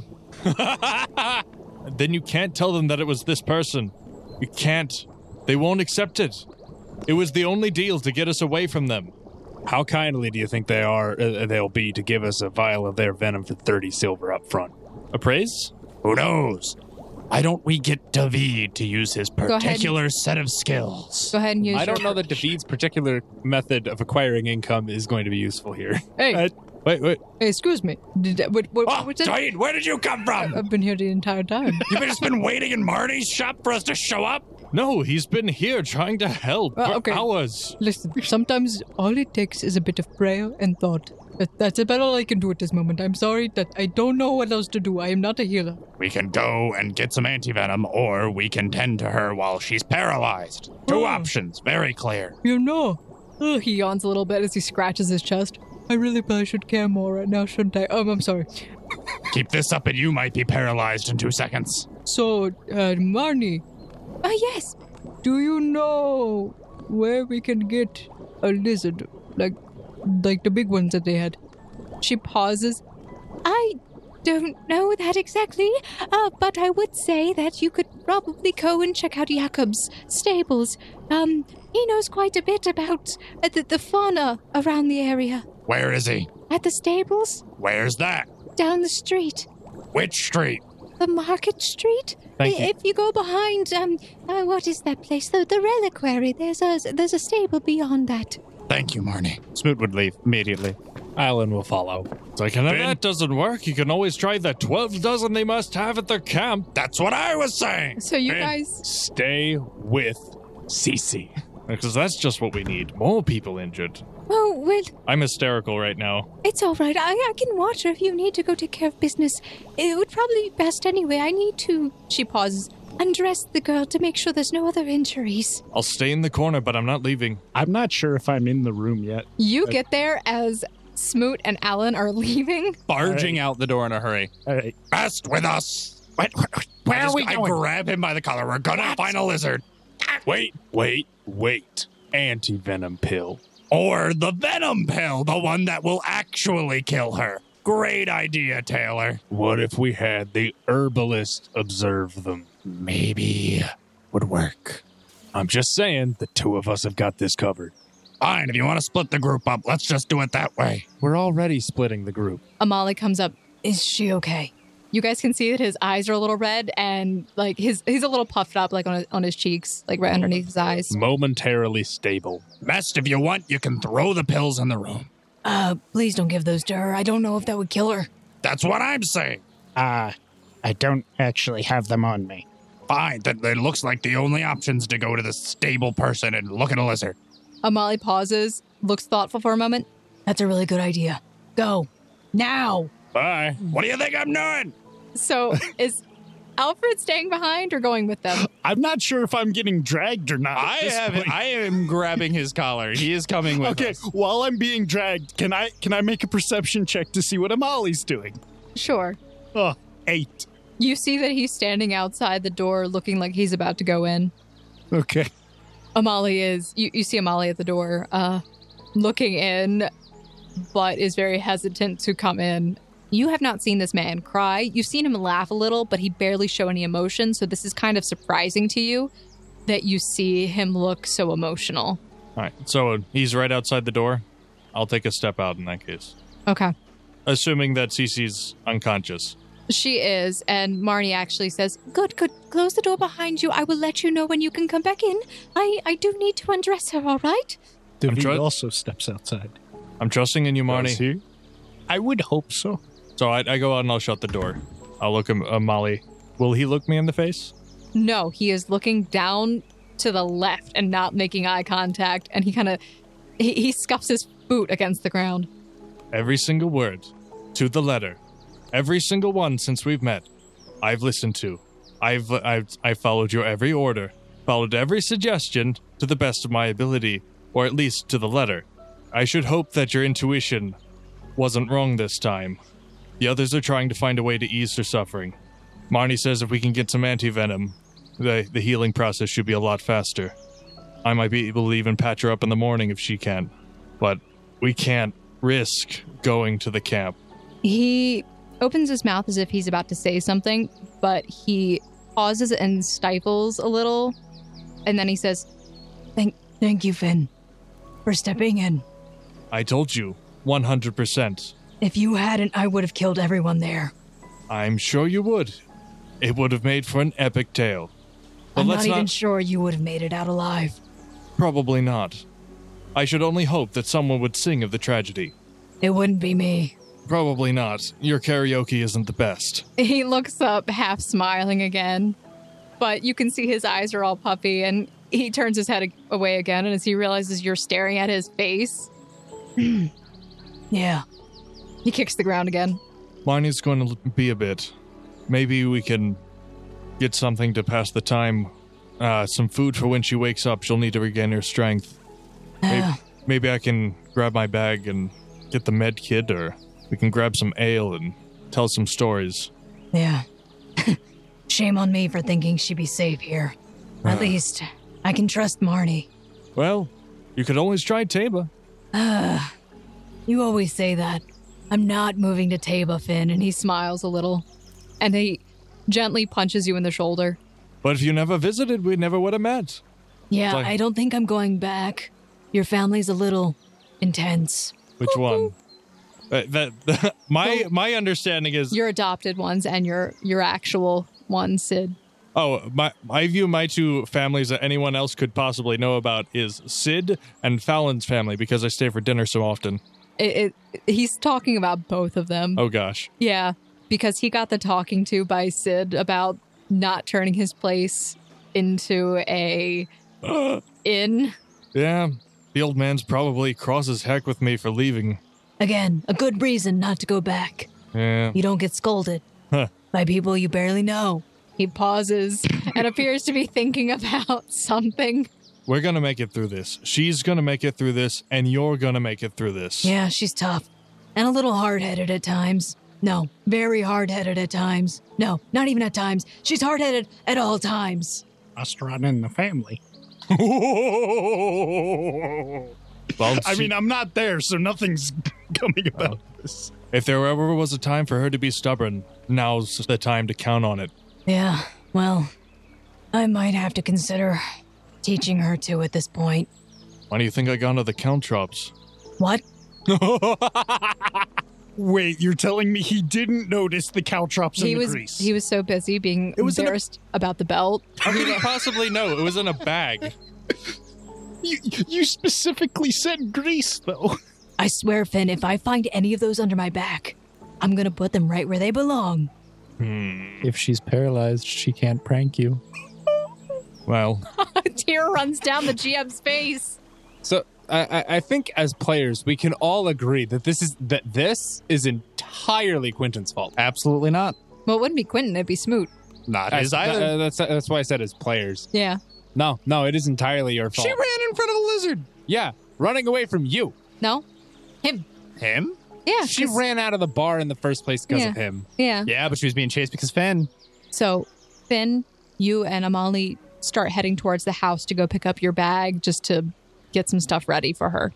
S4: Then you can't tell them that it was this person. You can't. They won't accept it. It was the only deal to get us away from them.
S11: How kindly do you think they are? Uh, they'll be to give us a vial of their venom for thirty silver up front.
S4: Appraise?
S1: Who knows? Why don't we get David to use his
S3: ahead.
S1: particular set of skills?
S3: Go ahead and use.
S11: I don't
S3: your-
S11: know that David's particular method of acquiring income is going to be ususeful here. Uh,
S12: Hey,
S4: wait, wait.
S12: hey, excuse me. Did, what, what,
S11: Ah,
S12: what did-
S1: Dwayne, "Oh, where did you come from?
S12: I've been here the entire time.
S1: You've just been waiting in Marty's shop for us to show up?
S4: No, he's been here trying to help
S11: Uh,
S12: Well,
S4: for
S12: okay.
S4: hours.
S12: Listen, sometimes all it takes is a bit of prayer and thought. That, that's about all I can do at this moment. I'm sorry that I don't know what else to do. I am not a healer.
S1: We can go and get some antivenom, or we can tend to her while she's paralyzed.
S8: Hmm.
S1: Two options, very clear.
S12: You know. Ugh, he yawns a little bit as he scratches his chest. I really probably should care more right now, shouldn't I? Um, I'm sorry.
S1: Keep this up, and you might be paralyzed in two seconds.
S12: So, uh, Marnie.
S22: Oh,
S3: Ah, yes.
S12: Do you know where we can get a lizard? Like, like the big ones that they had.
S3: She pauses. I don't know that exactly, uh, but I would say that you could probably go and check out Jacob's stables. Um, he knows quite a bit about uh, the, the fauna around the area.
S1: Where is he?
S3: At the stables?
S1: Where's that?
S22: down the street,
S1: Which street?
S22: the market street.
S1: Thank
S22: I-
S1: you.
S22: If you go behind, um, uh, what is that place? The, the reliquary. There's a there's a stable beyond that.
S1: Thank you, Marnie.
S17: Smoot would leave immediately.
S4: Alan will follow. It's like, and if that doesn't work, you can always try the 12 dozen they must have at their camp.
S1: That's what I was saying.
S3: So you
S4: Ben,
S3: guys-
S4: Stay with
S1: Cece.
S4: Because that's just what we need. More people injured.
S22: Oh well,
S4: I'm hysterical right now.
S22: it's all right. I I can watch her if you need to go take care of business. It would probably be best anyway. I need to. She pauses. Undress the girl to make sure there's no other injuries.
S4: I'll stay in the corner, but I'm not leaving.
S8: I'm not sure if I'm in the room yet.
S3: You get there as Smoot and Alan are leaving.
S1: Barging out the door in a hurry.
S8: All right.
S1: Best with us. Wait, wait, wait. I just- I grab him by the collar. We're gonna find a lizard.
S5: Wait, wait, wait. Anti venom pill.
S1: Or the venom pill, the one that will actually kill her. Great idea, Taylor.
S5: What if we had the herbalist observe them?
S1: Maybe would work.
S5: I'm just saying, the two of us have got this covered.
S1: Fine, if you want to split the group up, let's just do it that way.
S5: We're already splitting the group.
S3: Amali comes up. Is she okay? You guys can see that his eyes are a little red and like his he's a little puffed up like on his, on his cheeks, like right underneath his eyes.
S5: Momentarily stable.
S1: Best if you want, you can throw the pills in the room.
S12: Uh, please don't give those to her. I don't know if that would kill her.
S1: That's what I'm saying.
S7: Uh, I don't actually have them on me.
S1: Fine, that it looks like the only option's to go to the stable person and look at a lizard.
S3: Amali pauses, looks thoughtful for a moment. That's a really good idea. Go. Now.
S5: Bye.
S1: What do you think I'm doing?
S3: So is Alfred staying behind or going with them?
S8: I'm not sure if I'm getting dragged or not.
S3: I have-
S8: I
S1: am grabbing his collar. He is coming with
S8: okay, while I'm being dragged, can I can I make a perception check to see what Amali's doing?
S3: Sure.
S8: Oh, eight.
S3: You see that he's standing outside the door looking like he's about to go in.
S8: Okay.
S3: Amali is you, you see Amali at the door, uh looking in, but is very hesitant to come in. You have not seen this man cry. You've seen him laugh a little, but he barely show any emotion, so this is kind of surprising to you that you see him look so emotional.
S4: All right. So uh, he's right outside the door. I'll take a step out in that case.
S3: Okay.
S4: Assuming that Cece's unconscious.
S3: She is, and Marnie actually says, Good, good.
S22: Close the door behind you. I will let you know when you can come back in. I I do need to undress her. All right.
S8: David
S4: try-
S8: also steps outside.
S4: I'm trusting in you, Marnie.
S8: Does he? I would hope so.
S4: So I, I go out and I'll shut the door. I'll look him, uh, Molly. Will he look me in the face?
S3: No, he is looking down to the left and not making eye contact, and he kind of he, he scuffs his boot against the ground.
S4: Every single word, to the letter, every single one since we've met, I've listened to. I've I've I followed your every order, followed every suggestion to the best of my ability, or at least to the letter. I should hope that your intuition wasn't wrong this time. The others are trying to find a way to ease her suffering. Marnie says if we can get some anti venom, the the healing process should be a lot faster. I might be able to even patch her up in the morning if she can. But we can't risk going to the camp.
S3: He opens his mouth as if he's about to say something, but he pauses and stifles a little, and then he says,
S12: Thank, thank you, Finn, for stepping in.
S4: I told you, 100%.
S12: If you hadn't, I would have killed everyone there.
S4: I'm sure you would. It would have made for an epic tale. But
S12: I'm not
S4: let's
S12: even
S4: not.
S12: sure you would have made it out alive.
S4: probably not. I should only hope that someone would sing of the tragedy.
S12: It wouldn't be me.
S4: Probably not. Your karaoke isn't the best.
S3: He looks up, half smiling again, but you can see his eyes are all puffy, and he turns his head a- away again. And as he realizes you're staring at his face,
S12: Yeah.
S3: he kicks the ground again.
S4: Marnie's going to l- be a bit. Maybe we can get something to pass the time. Uh, some food for when she wakes up. She'll need to regain her strength. Maybe, maybe I can grab my bag and get the med kit, or we can grab some ale and tell some stories.
S12: Yeah. Shame on me for thinking she'd be safe here.
S4: Ah.
S12: At least I can trust Marnie.
S4: Well, you could always try Taba.
S12: Ah, you always say that. I'm not moving to Taba, Finn, and
S3: He
S12: he's
S3: smiles a little, and he gently punches you in the shoulder.
S4: But if you never visited, we never would have met.
S12: Yeah,
S4: Like-
S12: I don't think I'm going back. Your family's a little intense.
S4: Which one? Uh, that, that- my my understanding is
S3: Your adopted ones and your your actual ones, Sid.
S4: Oh, my! I view my two families that anyone else could possibly know about is Sid and Fallon's family because I stay for dinner so often.
S3: It, it, he's talking about both of them.
S4: Oh gosh,
S3: Yeah, because he got the talking to by Sid about not turning his place into a inn.
S4: yeah, the old man's probably cross as heck with me for leaving.
S23: Again, a good reason not to go back.
S4: Yeah,
S23: You don't get scolded
S4: Huh.
S23: by people you barely know.
S3: He pauses and appears to be thinking about something.
S4: We're gonna make it through this. She's gonna make it through this, and you're gonna make it through this.
S23: Yeah, she's tough and a little hard headed at times. No, very hard headed at times. No, not even at times. She's hard headed at all times.
S7: Restaurant in the family.
S8: I mean, I'm not there, so nothing's coming about this.
S4: If there ever was a time for her to be stubborn, now's the time to count on it.
S23: Yeah, well, I might have to consider teaching her to at this point.
S4: Why do you think I got into the count traps?
S23: What?
S8: Wait, you're telling me he didn't notice the caltrops in
S3: He
S8: the
S3: was
S8: grease?
S3: he was so busy being
S8: was in a-
S3: embarrassed about the belt.
S4: How could he possibly know? It was in a bag.
S23: You, you specifically said grease, though. I swear, Finn, if I find any of those under my back, I'm gonna put them right where they belong.
S24: If she's paralyzed, she can't prank you.
S4: Well,
S3: A tear runs down the GM's face.
S11: So I, I- I think as players we can all agree that this is that this is entirely Quentin's fault.
S17: Absolutely not.
S3: Well, it wouldn't be Quentin, it'd be Smoot.
S11: Not
S17: his either.
S11: uh, that's that's why I said as players.
S3: Yeah.
S11: No, no, it is entirely your fault.
S3: She
S11: ran in front of the lizard. Yeah, running away from you.
S3: No? Him.
S17: Him?
S3: Yeah.
S11: She
S3: 'cause-
S11: ran out of the bar in the first place because
S3: Yeah.
S11: of him.
S3: Yeah.
S17: Yeah, but she was being chased because Finn.
S3: So, Finn, you and Amali start heading towards the house to go pick up your bag just to get some stuff ready for her.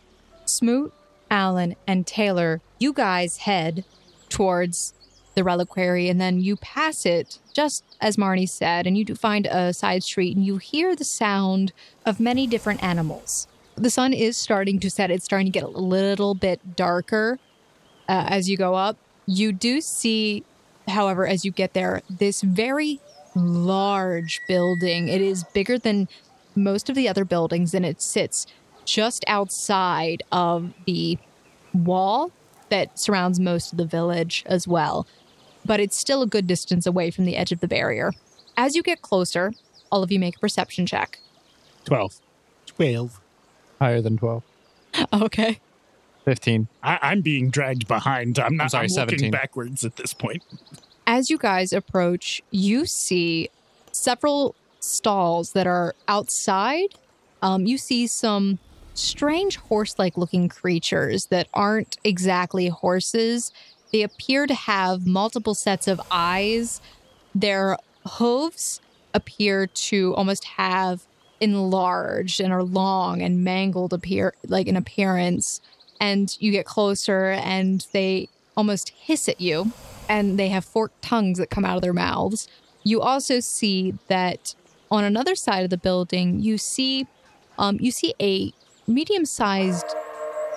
S3: Smoot, Alan, and Taylor, you guys head towards the reliquary and then you pass it, just as Marnie said, and you do find a side street and you hear the sound of many different animals. The sun is starting to set, it's starting to get a little bit darker uh, as you go up. You do see, however, as you get there, this very large building. It is bigger than most of the other buildings, and it sits just outside of the wall that surrounds most of the village as well. But it's still a good distance away from the edge of the barrier. As you get closer, all of you make a perception check.
S24: 12.
S7: 12.
S24: Higher than 12.
S3: Okay.
S24: 15.
S8: I, I'm being dragged behind. I'm not. I'm
S24: sorry,
S8: looking
S24: 17.
S8: backwards at this point.
S3: As you guys approach, you see several stalls that are outside. Um, you see some strange horse like looking creatures that aren't exactly horses. They appear to have multiple sets of eyes. Their hooves appear to almost have enlarged and are long and mangled appear like in appearance and you get closer and they almost hiss at you and they have forked tongues that come out of their mouths you also see that on another side of the building you see um, you see a medium-sized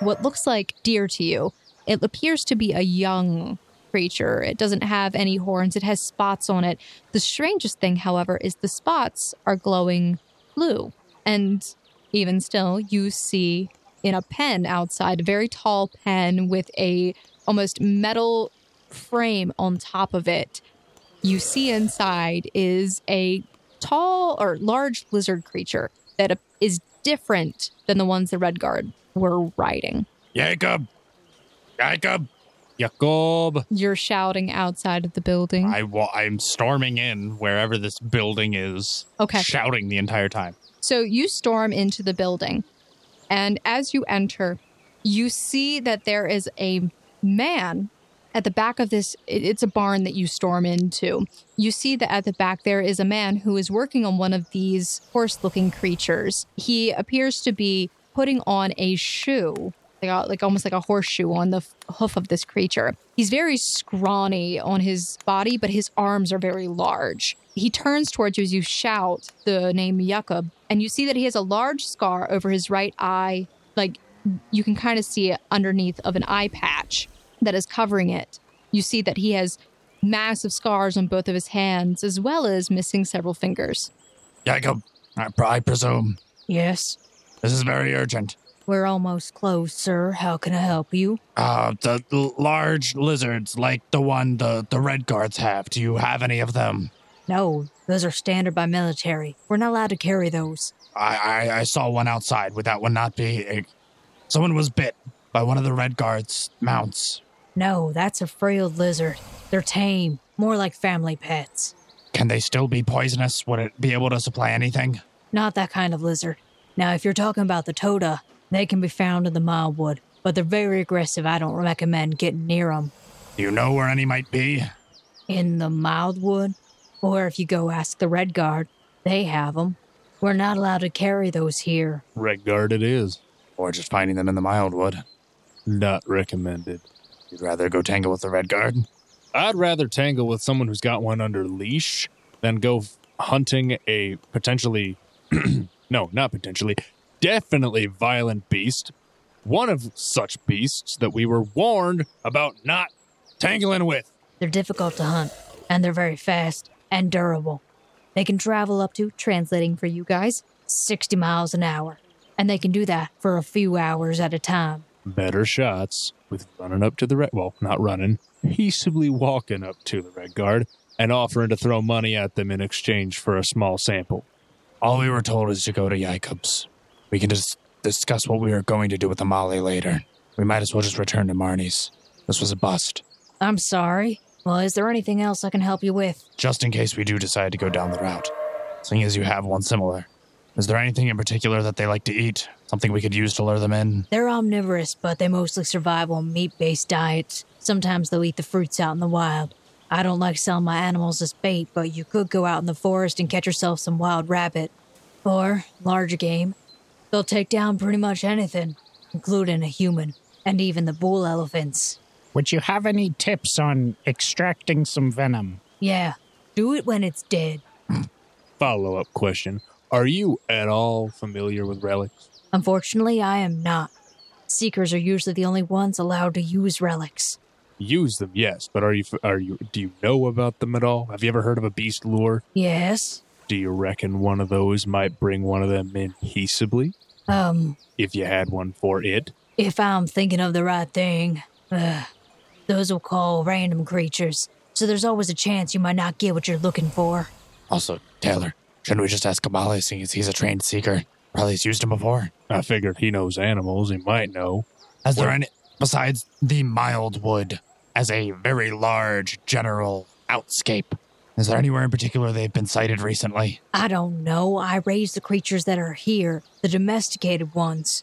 S3: what looks like deer to you it appears to be a young creature it doesn't have any horns it has spots on it the strangest thing however is the spots are glowing blue and even still you see in a pen outside a very tall pen with a almost metal frame on top of it you see inside is a tall or large lizard creature that is different than the ones the red guard were riding
S1: Jacob! Jacob!
S11: Jacob!
S3: you're shouting outside of the building
S17: I wa- I'm storming in wherever this building is.
S3: Okay.
S17: Shouting the entire time.
S3: So you storm into the building, and as you enter, you see that there is a man at the back of this. it- It's a barn that you storm into. You see that at the back there is a man who is working on one of these horse looking creatures. He appears to be putting on a shoe. Like, a- like almost like a horseshoe on the f- hoof of this creature. He's very scrawny on his body, but his arms are very large. He turns towards you as you shout the name Jakob, and you see that he has a large scar over his right eye. Like you can kind of see it underneath of an eye patch. that is covering it. You see that he has massive scars on both of his hands, as well as missing several fingers.
S5: Jacob, I, pr- I presume
S13: Yes,
S5: this is very urgent.
S13: we're almost closed, sir. How can I help you?
S5: Uh, the, the large lizards like the one the, the red guards have. Do you have any of them?
S13: No, those are standard by military. We're not allowed to carry those.
S5: I, I, I saw one outside. Would that one not be? A, someone was bit by one of the red guards' mounts.
S13: No, that's a frail lizard. They're tame, more like family pets.
S5: Can they still be poisonous? Would it be able to supply anything?
S13: Not that kind of lizard. Now, if you're talking about the Toda, they can be found in the Mildwood, but they're very aggressive. I don't recommend getting near them.
S5: Do you know where any might be?
S13: In the Mildwood? Or if you go ask the Red Guard, they have them. We're not allowed to carry those here.
S4: Red guard it is.
S5: Or just finding them in the Mildwood.
S4: Not recommended.
S5: You'd rather go tangle with the Red Guard?
S4: I'd rather tangle with someone who's got one under leash than go f- hunting a potentially, no, not potentially, definitely violent beast. One of such beasts that we were warned about not tangling with.
S13: They're difficult to hunt, and they're very fast and durable. They can travel up to, translating for you guys, 60 miles an hour, and they can do that for a few hours at a time.
S4: Better shots with running up to the red. Well, not running, peaceably walking up to the red guard and offering to throw money at them in exchange for a small sample.
S5: All we were told is to go to Jacob's. We can just discuss what we are going to do with the Molly later. We might as well just return to Marnie's. This was a bust.
S13: I'm sorry. Well, is there anything else I can help you with?
S5: Just in case we do decide to go down the route. Seeing as you have one similar. Is there anything in particular that they like to eat? Something we could use to lure them in?
S13: They're omnivorous, but they mostly survive on meat based diets. Sometimes they'll eat the fruits out in the wild. I don't like selling my animals as bait, but you could go out in the forest and catch yourself some wild rabbit. Or larger game. They'll take down pretty much anything, including a human, and even the bull elephants.
S25: Would you have any tips on extracting some venom?
S13: Yeah, do it when it's dead.
S4: Follow up question Are you at all familiar with relics?
S13: Unfortunately, I am not. Seekers are usually the only ones allowed to use relics.
S4: Use them, yes, but are you are you do you know about them at all? Have you ever heard of a beast lure?
S13: Yes?
S4: Do you reckon one of those might bring one of them in peaceably
S13: Um,
S4: if you had one for it?
S13: If I'm thinking of the right thing, uh, those will call random creatures, so there's always a chance you might not get what you're looking for.
S5: Also, Taylor, shouldn't we just ask Kamali seeing as he's a trained seeker? Probably has used him before.
S4: I figured he knows animals. He might know.
S5: Has there
S4: Well-
S5: any, besides the Mildwood, as a very large general outscape, is there anywhere in particular they've been sighted recently?
S13: I don't know. I raised the creatures that are here, the domesticated ones.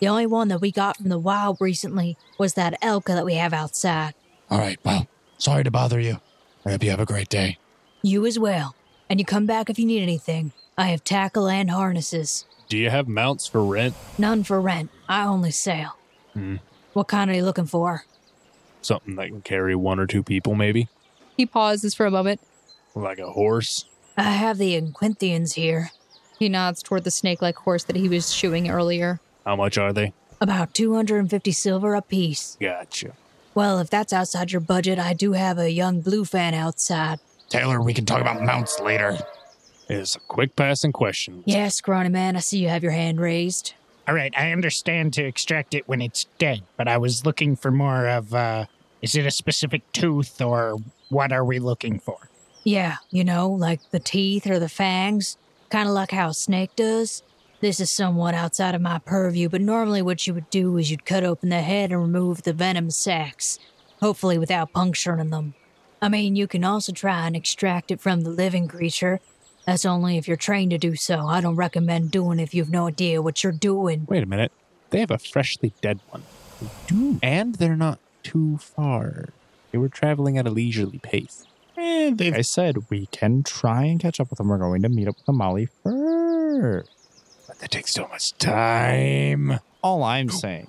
S13: The only one that we got from the wild recently was that elka that we have outside.
S5: All right, well, sorry to bother you. I hope you have a great day.
S13: You as well. And you come back if you need anything. I have tackle and harnesses.
S4: Do you have mounts for rent?
S13: None for rent. I only sell.
S4: Hmm.
S13: What kind are you looking for?
S4: Something that can carry one or two people, maybe?
S3: He pauses for a moment.
S4: Like a horse?
S13: I have the Inquinthians here.
S3: He nods toward the snake like horse that he was shoeing earlier.
S4: How much are they?
S13: About 250 silver apiece.
S4: Gotcha.
S13: Well, if that's outside your budget, I do have a young blue fan outside.
S5: Taylor, we can talk about mounts later.
S4: It's a quick passing question.
S13: Yes, Scrawny Man, I see you have your hand raised.
S25: All right, I understand to extract it when it's dead, but I was looking for more of uh is it a specific tooth or what are we looking for?
S13: Yeah, you know, like the teeth or the fangs, kind of like how a snake does. This is somewhat outside of my purview, but normally what you would do is you'd cut open the head and remove the venom sacs, hopefully without puncturing them. I mean, you can also try and extract it from the living creature. That's only if you're trained to do so. I don't recommend doing if you've no idea what you're doing.
S1: Wait a minute. They have a freshly dead one. And they're not too far. They were traveling at a leisurely pace.
S26: I said we can try and catch up with them. We're going to meet up with the Molly first. But that takes so much
S8: time.
S26: All I'm saying.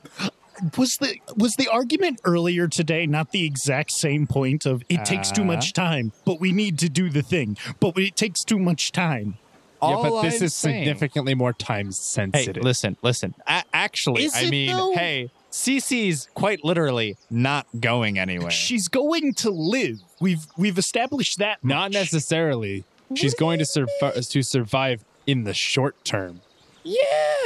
S8: Was the was the argument earlier today not the exact same point of it takes too much
S7: Uh.
S8: time, but we need to do the thing, but it takes too much time.
S26: Yeah, but this is
S8: significant.
S26: significantly more time sensitive. Hey, listen, listen. A- actually,
S8: Is
S26: I
S8: it
S26: mean,
S8: though?
S26: hey,
S17: Cece's quite literally not going anywhere.
S18: She's going to live. We've we've established that.
S5: Not necessarily. She's going to survive to survive in the short term.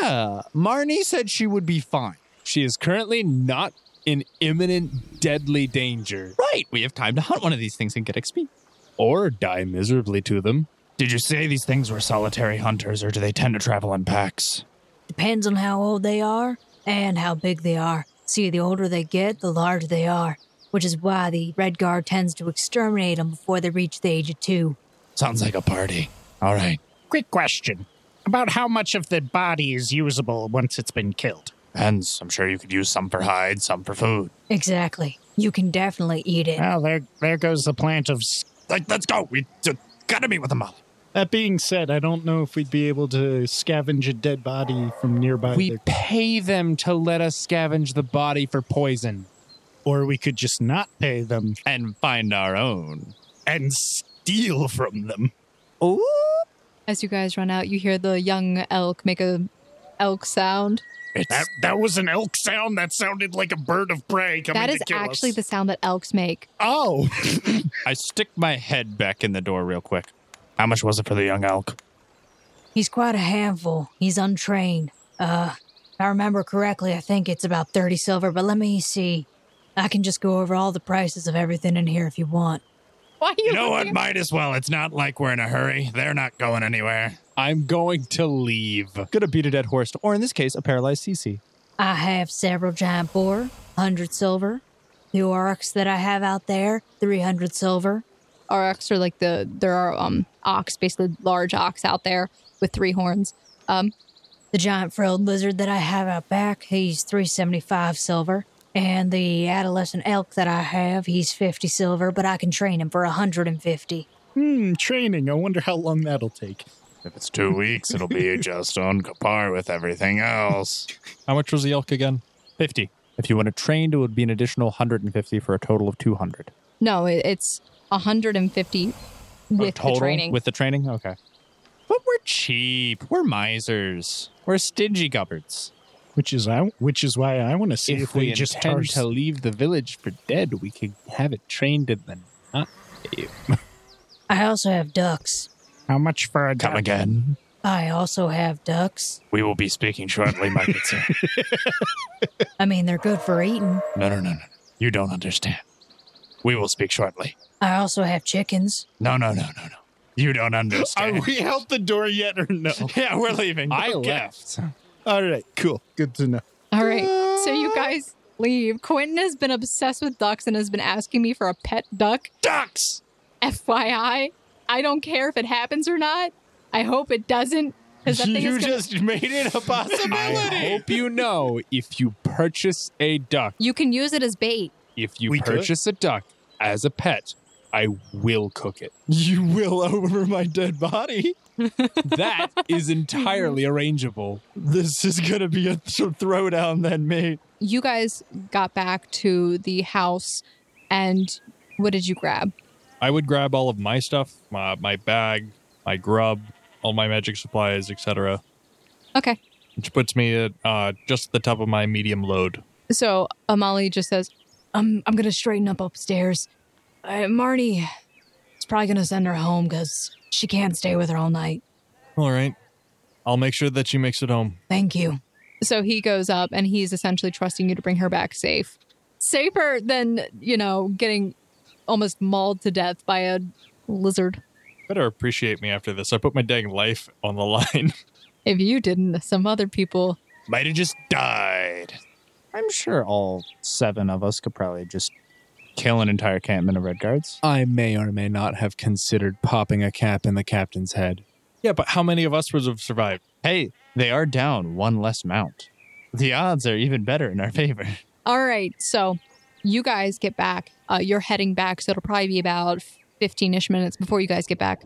S17: Yeah. Marnie said she would be fine.
S5: She is currently not in imminent deadly danger.
S17: Right. We have time to hunt one of these things and get XP.
S5: Or die miserably to them.
S1: Did you say these things were solitary hunters, or do they tend to travel in packs?
S13: Depends on how old they are and how big they are. See, the older they get, the larger they are, which is why the Red Guard tends to exterminate them before they reach the age of two.
S1: Sounds like a party. All right.
S7: Quick question about how much of the body is usable once it's been killed.
S1: Depends. I'm sure you could use some for hide, some for food.
S13: Exactly. You can definitely eat it.
S7: Well, there, there goes the plant of. s-
S1: Like, let's go. We d- gotta meet with a mother.
S8: That being said, I don't know if we'd be able to scavenge a dead body from nearby.
S5: We
S8: there.
S5: pay them to let us scavenge the body for poison.
S8: Or we could just not pay them.
S17: And find our own.
S18: And steal from them.
S17: Ooh.
S3: As you guys run out, you hear the young elk make a elk sound.
S18: That, that was an elk sound that sounded like a bird of prey coming
S3: that is
S18: to kill
S3: actually
S18: us.
S3: the sound that elks make.
S18: Oh.
S17: I stick my head back in the door real quick.
S1: How much was it for the young elk?
S13: He's quite a handful. He's untrained. Uh, if I remember correctly, I think it's about 30 silver, but let me see. I can just go over all the prices of everything in here if you want.
S3: Why
S1: You know what? Might as well. It's not like we're in a hurry. They're not going anywhere.
S5: I'm going to leave.
S17: Gonna beat a dead horse, or in this case, a paralyzed CC.
S13: I have several giant boar, 100 silver. The oryx that I have out there, 300 silver.
S3: Oryx are like the there are um ox, basically large ox out there with three horns. Um,
S13: The giant frilled lizard that I have out back, he's 375 silver. And the adolescent elk that I have, he's 50 silver, but I can train him for 150.
S8: Hmm, training. I wonder how long that'll take.
S1: If it's two weeks, it'll be just on par with everything else.
S4: How much was the elk again?
S17: 50. If you want to train, it would be an additional 150 for a total of 200.
S3: no, it, it's 150 with the training.
S17: With the training? Okay. But we're cheap. We're misers. We're stingy gubbards.
S8: Which is I, which is why I want to see if,
S5: If we
S8: just
S5: intend
S8: tars-
S5: to leave the village for dead, we could have it trained and then not leave.
S13: I also have ducks.
S7: How much for a
S1: Come again.
S13: I also have ducks.
S1: We will be speaking shortly, my good sir.
S13: I mean, they're good for eating.
S1: No, no, no, no. no. You don't understand. We will speak shortly.
S13: I also have chickens.
S1: No, no, no, no, no. You don't understand.
S8: Are we out the door yet or no?
S1: yeah, we're leaving.
S5: I left.
S8: All right, cool. Good to know.
S3: All right, so you guys leave. Quentin has been obsessed with ducks and has been asking me for a pet duck.
S1: Ducks.
S3: FYI, I don't care if it happens or not. I hope it doesn't. 'cause that thing is
S8: You
S3: gonna-
S8: just made it a
S5: I
S8: possibility.
S5: hope you know if you purchase a duck,
S3: You can use it as bait.
S5: if you
S8: We could.
S5: purchase a duck as a pet, I will cook it.
S6: You will over my dead body.
S5: That is entirely arrangeable.
S6: This is gonna be a th- throwdown, then, mate.
S3: You guys got back to the house, and what did you grab?
S4: I would grab all of my stuff, my, my bag, my grub, all my magic supplies, etc.,
S3: Okay,
S4: which puts me at uh, just the top of my medium load.
S3: so Amali just says, "Um, I'm gonna straighten up upstairs. Uh, Marnie is probably gonna send her home because she can't stay with her all night."
S4: All right. I'll make sure that she makes it home.
S13: Thank you.
S3: So he goes up and he's essentially trusting you to bring her back safe. Safer than, you know, getting almost mauled to death by a lizard.
S4: Better appreciate me after this. I put my dang life on the line.
S3: If you didn't, some other people.
S1: Might have just died.
S17: I'm sure all seven of us could probably just kill an entire campment of Red Guards.
S5: I may or may not have considered popping a cap in the captain's head.
S4: yeah, but how many of us would have survived?
S17: Hey, they are down one less mount. The odds are even better in our favor.
S3: All right, so you guys get back. Uh, you're heading back, so it'll probably be about 15 ish minutes before you guys get back.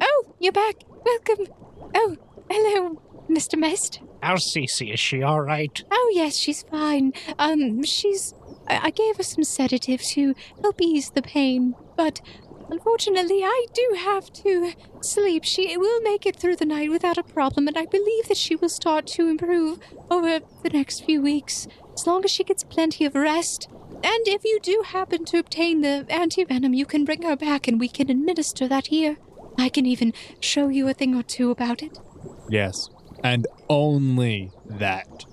S22: Oh, you're back. Welcome. Oh, hello, Mr. Mist.
S7: How's Cece? Is she all right?
S22: Oh, yes, she's fine. Um, she's. I I gave her some sedative to help ease the pain, but unfortunately, I do have to sleep. She will make it through the night without a problem, and I believe that she will start to improve over the next few weeks. as long as she gets plenty of rest. And if you do happen to obtain the antivenom, you can bring her back and we can administer that here. I can even show you a thing or two about it.
S5: Yes. And only that.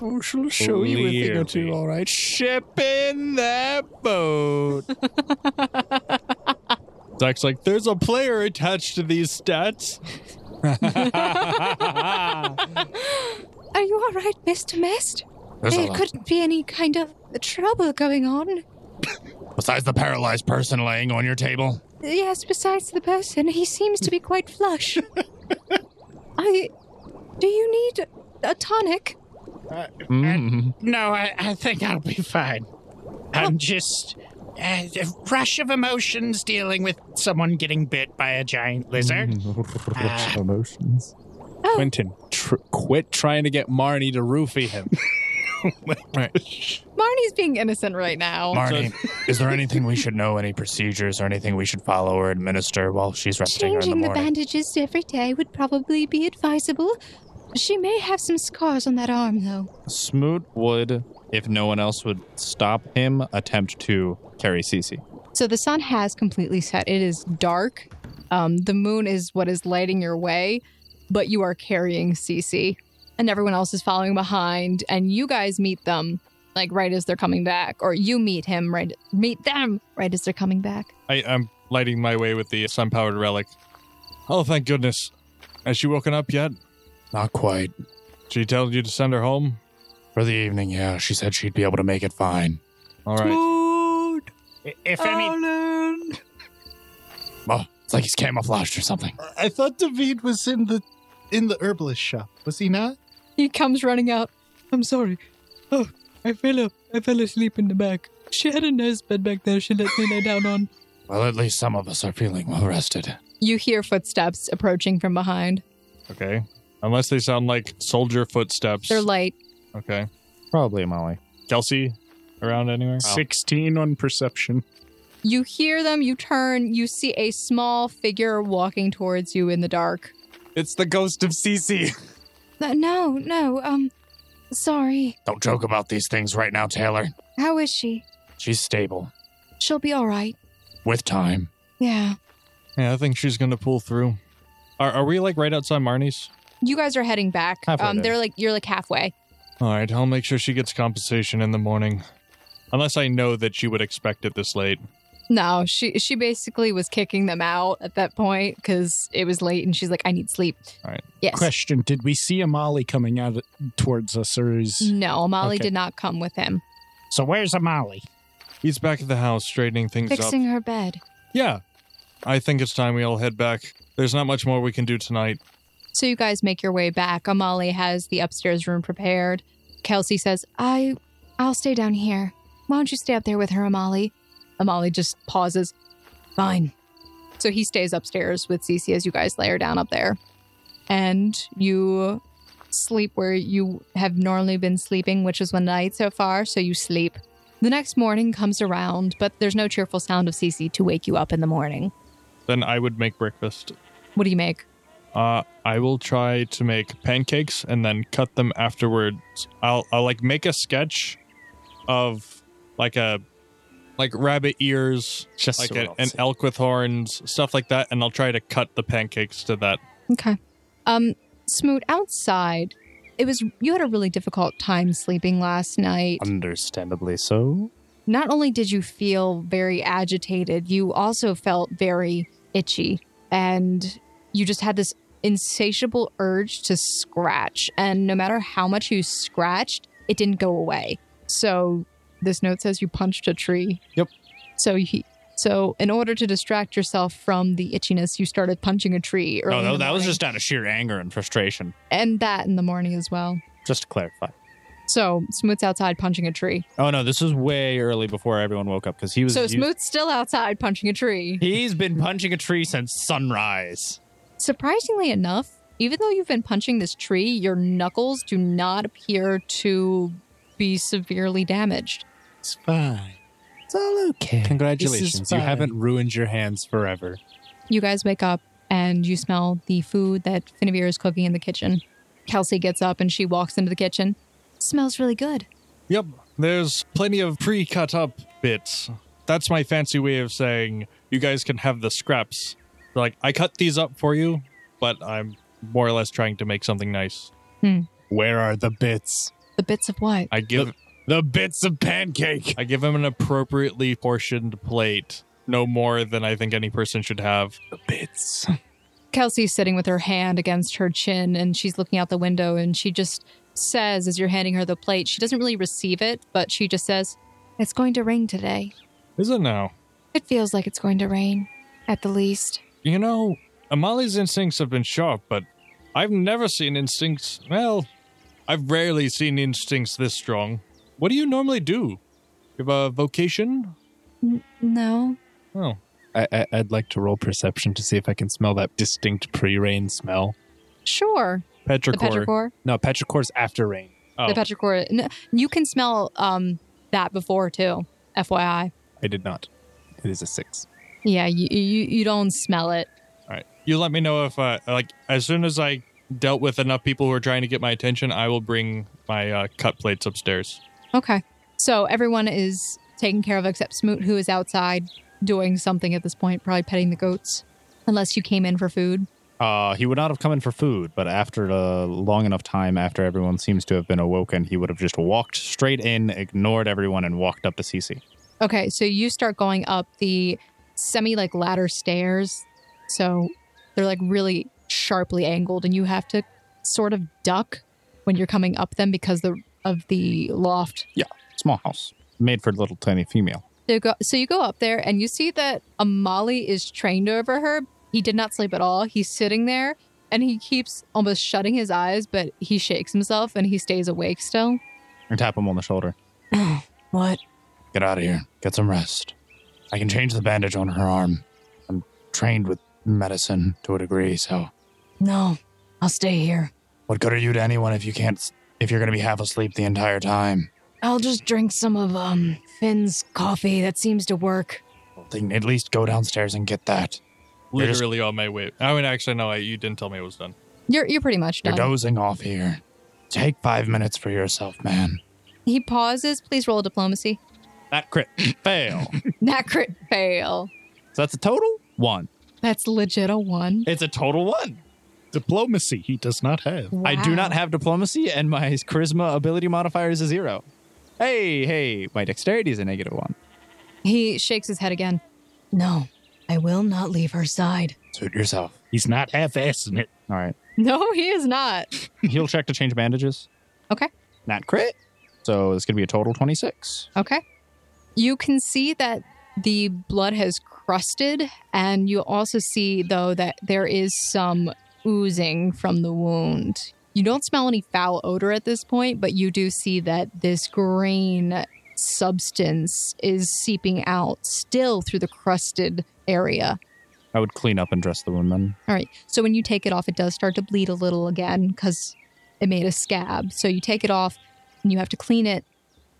S24: Oh, she'll show you a thing or two, all right. Ship in that boat.
S4: Zach's like, there's a player attached to these stats.
S22: Are you all right, Mr. Mist?
S1: There's a
S22: there
S1: lot.
S22: couldn't be any kind of trouble going on.
S1: Besides the paralyzed person laying on your table,
S22: Yes, besides the person, he seems to be quite flush. I. Do you need a tonic?
S1: Mm.
S7: No, I, I think I'll be fine. I'm just uh, a rush of emotions dealing with someone getting bit by a giant lizard.
S24: Emotions.
S5: Quentin, tr- quit trying to get Marnie to roofie him.
S3: Marnie's being innocent right now.
S1: Marnie, is there anything we should know? Any procedures or anything we should follow or administer while she's resting or in
S22: Changing
S1: the
S22: the,
S1: morning?
S22: bandages every day would probably be advisable. She may have some scars on that arm, though.
S17: Smoot would, if no one else would stop him, attempt to carry Cece.
S3: So the sun has completely set. It is dark. Um, the moon is what is lighting your way, but you are carrying Cece, and everyone else is following behind. And you guys meet them like right as they're coming back, or you meet him right meet them right as they're coming back.
S4: I, I'm lighting my way with the sun powered relic. Oh, thank goodness. Has she woken up yet?
S1: Not quite.
S4: She told you to send her home?
S1: For the evening, yeah. She said she'd be able to make it fine.
S4: All
S7: If any,
S1: Oh, it's like he's camouflaged or something.
S8: I thought David was in the in the herbalist shop. Was he not?
S12: He comes running out. I'm sorry. Oh, I fell up. I fell asleep in the back. She had a nice bed back there. She let me lay down on.
S1: Well, at least some of us are feeling well rested.
S3: You hear footsteps approaching from behind.
S4: Okay. Unless they sound like soldier footsteps.
S3: They're light.
S4: okay.
S17: Probably Molly.
S4: Kelsey around anywhere?
S8: 16 on perception.
S3: You hear them. You turn. You see a small figure walking towards you in the dark.
S5: It's the ghost of Cece.
S22: Uh, no, no, um, sorry.
S1: Don't joke about these things right now, Taylor.
S22: How is she?
S1: She's stable.
S22: She'll be all right.
S1: With time.
S22: Yeah.
S4: Yeah, I think she's going to pull through. Are, are we like right outside Marnie's?
S3: You guys are heading back.
S4: Halfway
S3: Um,
S4: there.
S3: they're like you're like halfway.
S4: All right, I'll make sure she gets compensation in the morning. Unless I know that she would expect it this late.
S3: No, she she basically was kicking them out at that point because it was late, and she's like, "I need sleep."
S4: All right.
S3: Yes.
S8: Question: Did we see a Molly coming out towards us, or is
S3: No, Molly
S8: Okay.
S3: did not come with him.
S8: So where's Amali?
S4: He's back at the house straightening things
S22: Fixing
S4: up.
S22: her bed.
S4: Yeah. I think it's time we all head back. There's not much more we can do tonight.
S3: So you guys make your way back. Amali has the upstairs room prepared. Kelsey says,
S22: I. I'll stay down here. Why don't you stay up there with her, Amali?
S3: Amali just pauses. Fine. So he stays upstairs with Cece as you guys lay her down up there. And you sleep where you have normally been sleeping, which is one night so far. So you sleep. The next morning comes around, but there's no cheerful sound of Cece to wake you up in the morning.
S4: Then I would make breakfast.
S3: What do you make?
S4: Uh, I will try to make pancakes and then cut them afterwards. I'll I'll like make a sketch of like a like rabbit ears,
S5: Just
S4: like
S5: so
S4: a-
S5: I'll
S4: an
S5: see.
S4: elk with horns, stuff like that, and I'll try to cut the pancakes to that.
S3: Okay. Um, Smoot, outside, it was you had a really difficult time sleeping last night.
S5: Um,
S17: Understandably so.
S3: Not only did you feel very agitated, you also felt very itchy. And you just had this insatiable urge to scratch. And no matter how much you scratched, it didn't go away. So this note says you punched a tree.
S5: Yep.
S3: So he. So, in order to distract yourself from the itchiness, you started punching a tree.
S5: Oh,
S3: Early
S17: No,
S3: in
S17: no,
S3: the
S17: that was
S3: morning.
S17: just out of sheer anger and frustration.
S3: and that in the morning as well.
S17: Just to clarify.
S3: So Smoot's outside punching a tree.
S17: Oh no, this was way early before everyone woke up because he was.
S3: so
S17: he-
S3: Smoot's still outside punching a tree.
S17: he's been punching a tree since sunrise.
S3: Surprisingly enough, even though you've been punching this tree, your knuckles do not appear to be severely damaged.
S8: It's fine.
S17: It's all okay.
S5: Congratulations, you haven't ruined your hands forever.
S3: You guys wake up and you smell the food that Finavir is cooking in the kitchen. Kelsey gets up and she walks into the kitchen. Smells really good.
S4: Yep, there's plenty of pre cut up bits. That's my fancy way of saying you guys can have the scraps. Like, I cut these up for you, but I'm more or less trying to make something nice.
S3: Hmm.
S4: Where are the bits?
S3: The bits of what?
S4: I give the, bits of pancake. I give him an appropriately portioned plate, no more than I think any person should have. The bits.
S3: Kelsey's sitting with her hand against her chin and she's looking out the window and she just says, as you're handing her the plate, she doesn't really receive it, but she just says,
S22: It's going to rain today.
S4: Is it now?
S22: It feels like it's going to rain, at the least.
S4: You know, Amali's instincts have been sharp, but I've never seen instincts. Well, I've rarely seen instincts this strong. What do you normally do? You have a vocation?
S22: N- no.
S4: Oh.
S11: I, I, I'd like to roll perception to see if I can smell that distinct pre-rain smell.
S3: Sure.
S11: Petrichor.
S3: The petrichor?
S11: No, petrichor's after rain.
S4: Oh,
S3: The petrichor. n- You can smell um, that before too, FYI.
S11: I did not. It is a six.
S3: Yeah, you, you, you don't smell it.
S4: All right. You let me know if, uh, like, as soon as I dealt with enough people who are trying to get my attention, I will bring my uh, cut plates upstairs.
S3: Okay. So everyone is taken care of except Smoot, who is outside doing something at this point, probably petting the goats. Unless you came in for food.
S17: Uh, he would not have come in for food, but after a long enough time, after everyone seems to have been awoken, he would have just walked straight in, ignored everyone, and walked up to Cece.
S3: Okay, so you start going up the semi like ladder stairs. So they're like really sharply angled, and you have to sort of duck when you're coming up them because the, of the loft
S17: Yeah, small house made for little tiny female.
S3: So you, go, so you go up there and you see that Amali is trained over her. He did not sleep at all. He's sitting there and he keeps almost shutting his eyes, but he shakes himself and he stays awake still.
S17: And tap him on the shoulder.
S23: What?
S1: Get out of here. Get some rest. I can change the bandage on her arm. I'm trained with medicine to a degree, so
S23: No, I'll stay here.
S1: what good are you to anyone if you can't s- if you're going to be half asleep the entire time?
S23: I'll just drink some of um Finn's coffee. That seems to work.
S1: Then at least go downstairs and get that. You're just-
S4: Literally on my way. I mean, actually, no, I, you didn't tell me it was done.
S3: You're, you're pretty much
S1: You're
S3: done.
S1: dozing off here. Take five minutes for yourself, man.
S3: He pauses. Please roll diplomacy.
S17: That crit fail.
S3: That crit fail.
S17: so that's a total one.
S3: That's legit a one.
S17: It's a total one.
S8: Diplomacy he does not have.
S17: I do
S3: Wow.
S17: not have diplomacy, and my charisma ability modifier is a zero. Hey, hey, my dexterity is a negative one.
S3: He shakes his head again.
S23: No, I will not leave her side.
S17: Suit yourself. He's not half assing it. All right.
S3: No, he is not.
S17: He'll check to change bandages.
S3: Okay.
S17: Not crit. So it's going to be a total 26.
S3: Okay. You can see that the blood has crusted, and you also see, though, that there is some oozing from the wound. You don't smell any foul odor at this point, but you do see that this green substance is seeping out still through the crusted area.
S17: I would clean up and dress the wound then.
S3: All right. So when you take it off, it does start to bleed a little again because it made a scab. So you take it off and you have to clean it,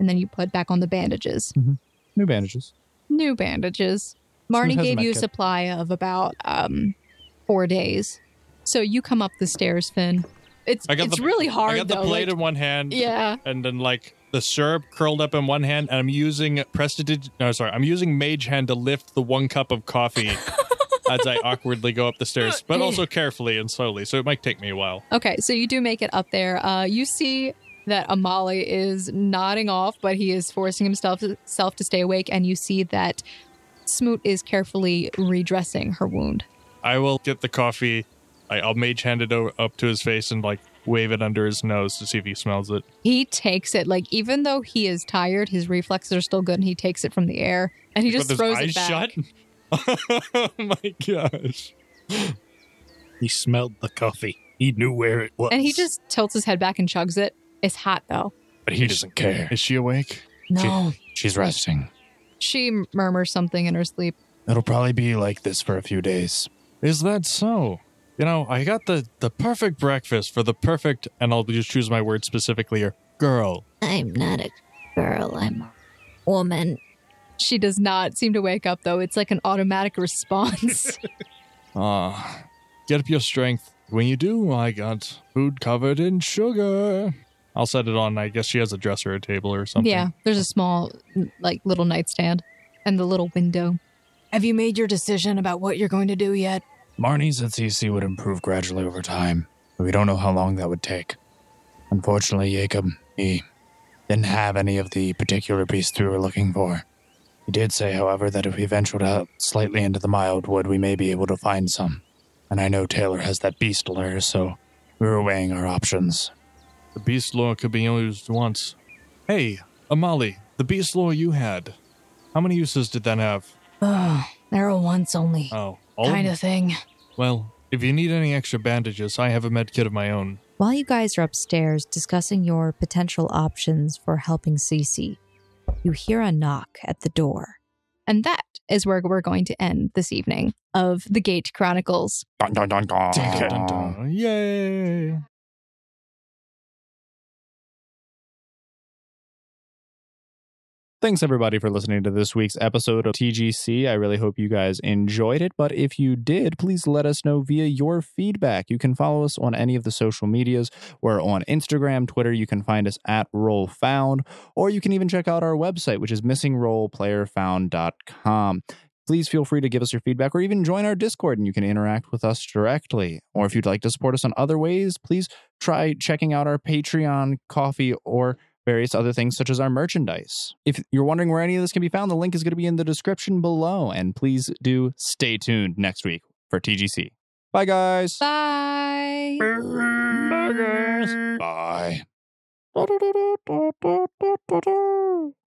S3: and then you put back on the bandages.
S17: New bandages.
S3: new bandages.
S17: Someone
S3: Marnie
S17: has a
S3: gave
S17: med
S3: you a
S17: kit.
S3: supply of about um, four days. So you come up the stairs, Finn. It's it's really hard
S4: I got
S3: though.
S4: the plate
S3: like-
S4: in one hand.
S3: Yeah.
S4: And then like the syrup curled up in one hand, and I'm using prestidig. No, sorry, I'm using mage hand to lift the one cup of coffee as I awkwardly go up the stairs, but also carefully and slowly. So it might take me a while.
S3: okay, so you do make it up there. Uh, you see that Amali is nodding off, but he is forcing himself self to stay awake, and you see that Smoot is carefully redressing her wound.
S4: I will get the coffee. I, I'll mage hand it o- up to his face and like wave it under his nose to see if he smells it.
S3: He takes it like even though he is tired, his reflexes are still good, and he takes it from the air and he
S4: With
S3: just
S4: his
S3: throws
S4: eyes
S3: it back.
S4: shut. oh my gosh.
S8: He smelled the coffee. He knew where it was.
S3: And he just tilts his head back and chugs it. It's hot though.
S1: But he doesn't care. Is she awake?
S23: No.
S1: she's resting.
S3: She murmurs something in her sleep.
S1: It'll probably be like this for a few days.
S4: Is that so? You know, I got the the perfect breakfast for the perfect, and I'll just choose my word specifically here. Girl,
S3: I'm not a girl, I'm a woman. She does not seem to wake up though. It's like an automatic response.
S4: ah, get up your strength. When you do, I got food covered in sugar. I'll set it on. I guess she has a dresser, a table, or something.
S3: Yeah, there's a small, like, little nightstand and the little window.
S13: Have you made your decision about what you're going to do yet?
S1: Marnie's at CC E would improve gradually over time. but We don't know how long that would take. Unfortunately, Jacob, he didn't have any of the particular beasts we were looking for. He did say, however, that if we ventured out slightly into the mild wood, we may be able to find some. And I know Taylor has that beast lure, so we were weighing our options.
S4: The beast lore could be only used once. Hey, Amali, the beast lore you had, how many uses did that have?
S13: Ugh, they're a once only
S4: Oh, all
S13: kind of
S4: them?
S13: thing.
S4: Well, if you need any extra bandages, I have a med kit of my own.
S2: While you guys are upstairs discussing your potential options for helping Cece, you hear a knock at the door.
S3: And that is where we're going to end this evening of The Gate Chronicles.
S1: Dun, dun, dun, dun.
S4: Yay!
S5: Thanks everybody for listening to this week's episode of TGC. I really hope you guys enjoyed it, but if you did, please let us know via your feedback. You can follow us on any of the social medias. We're on Instagram, Twitter, you can find us at Roll Found, or you can even check out our website, which is missingroleplayerfound.com. Please feel free to give us your feedback or even join our Discord and you can interact with us directly. Or if you'd like to support us on other ways, please try checking out our Patreon, coffee, or various other things such as our merchandise. If you're wondering where any of this can be found, the link is going to be in the description below. And please do stay tuned next week for TGC. Bye, guys.
S3: Bye.
S5: Bye.
S1: Bye.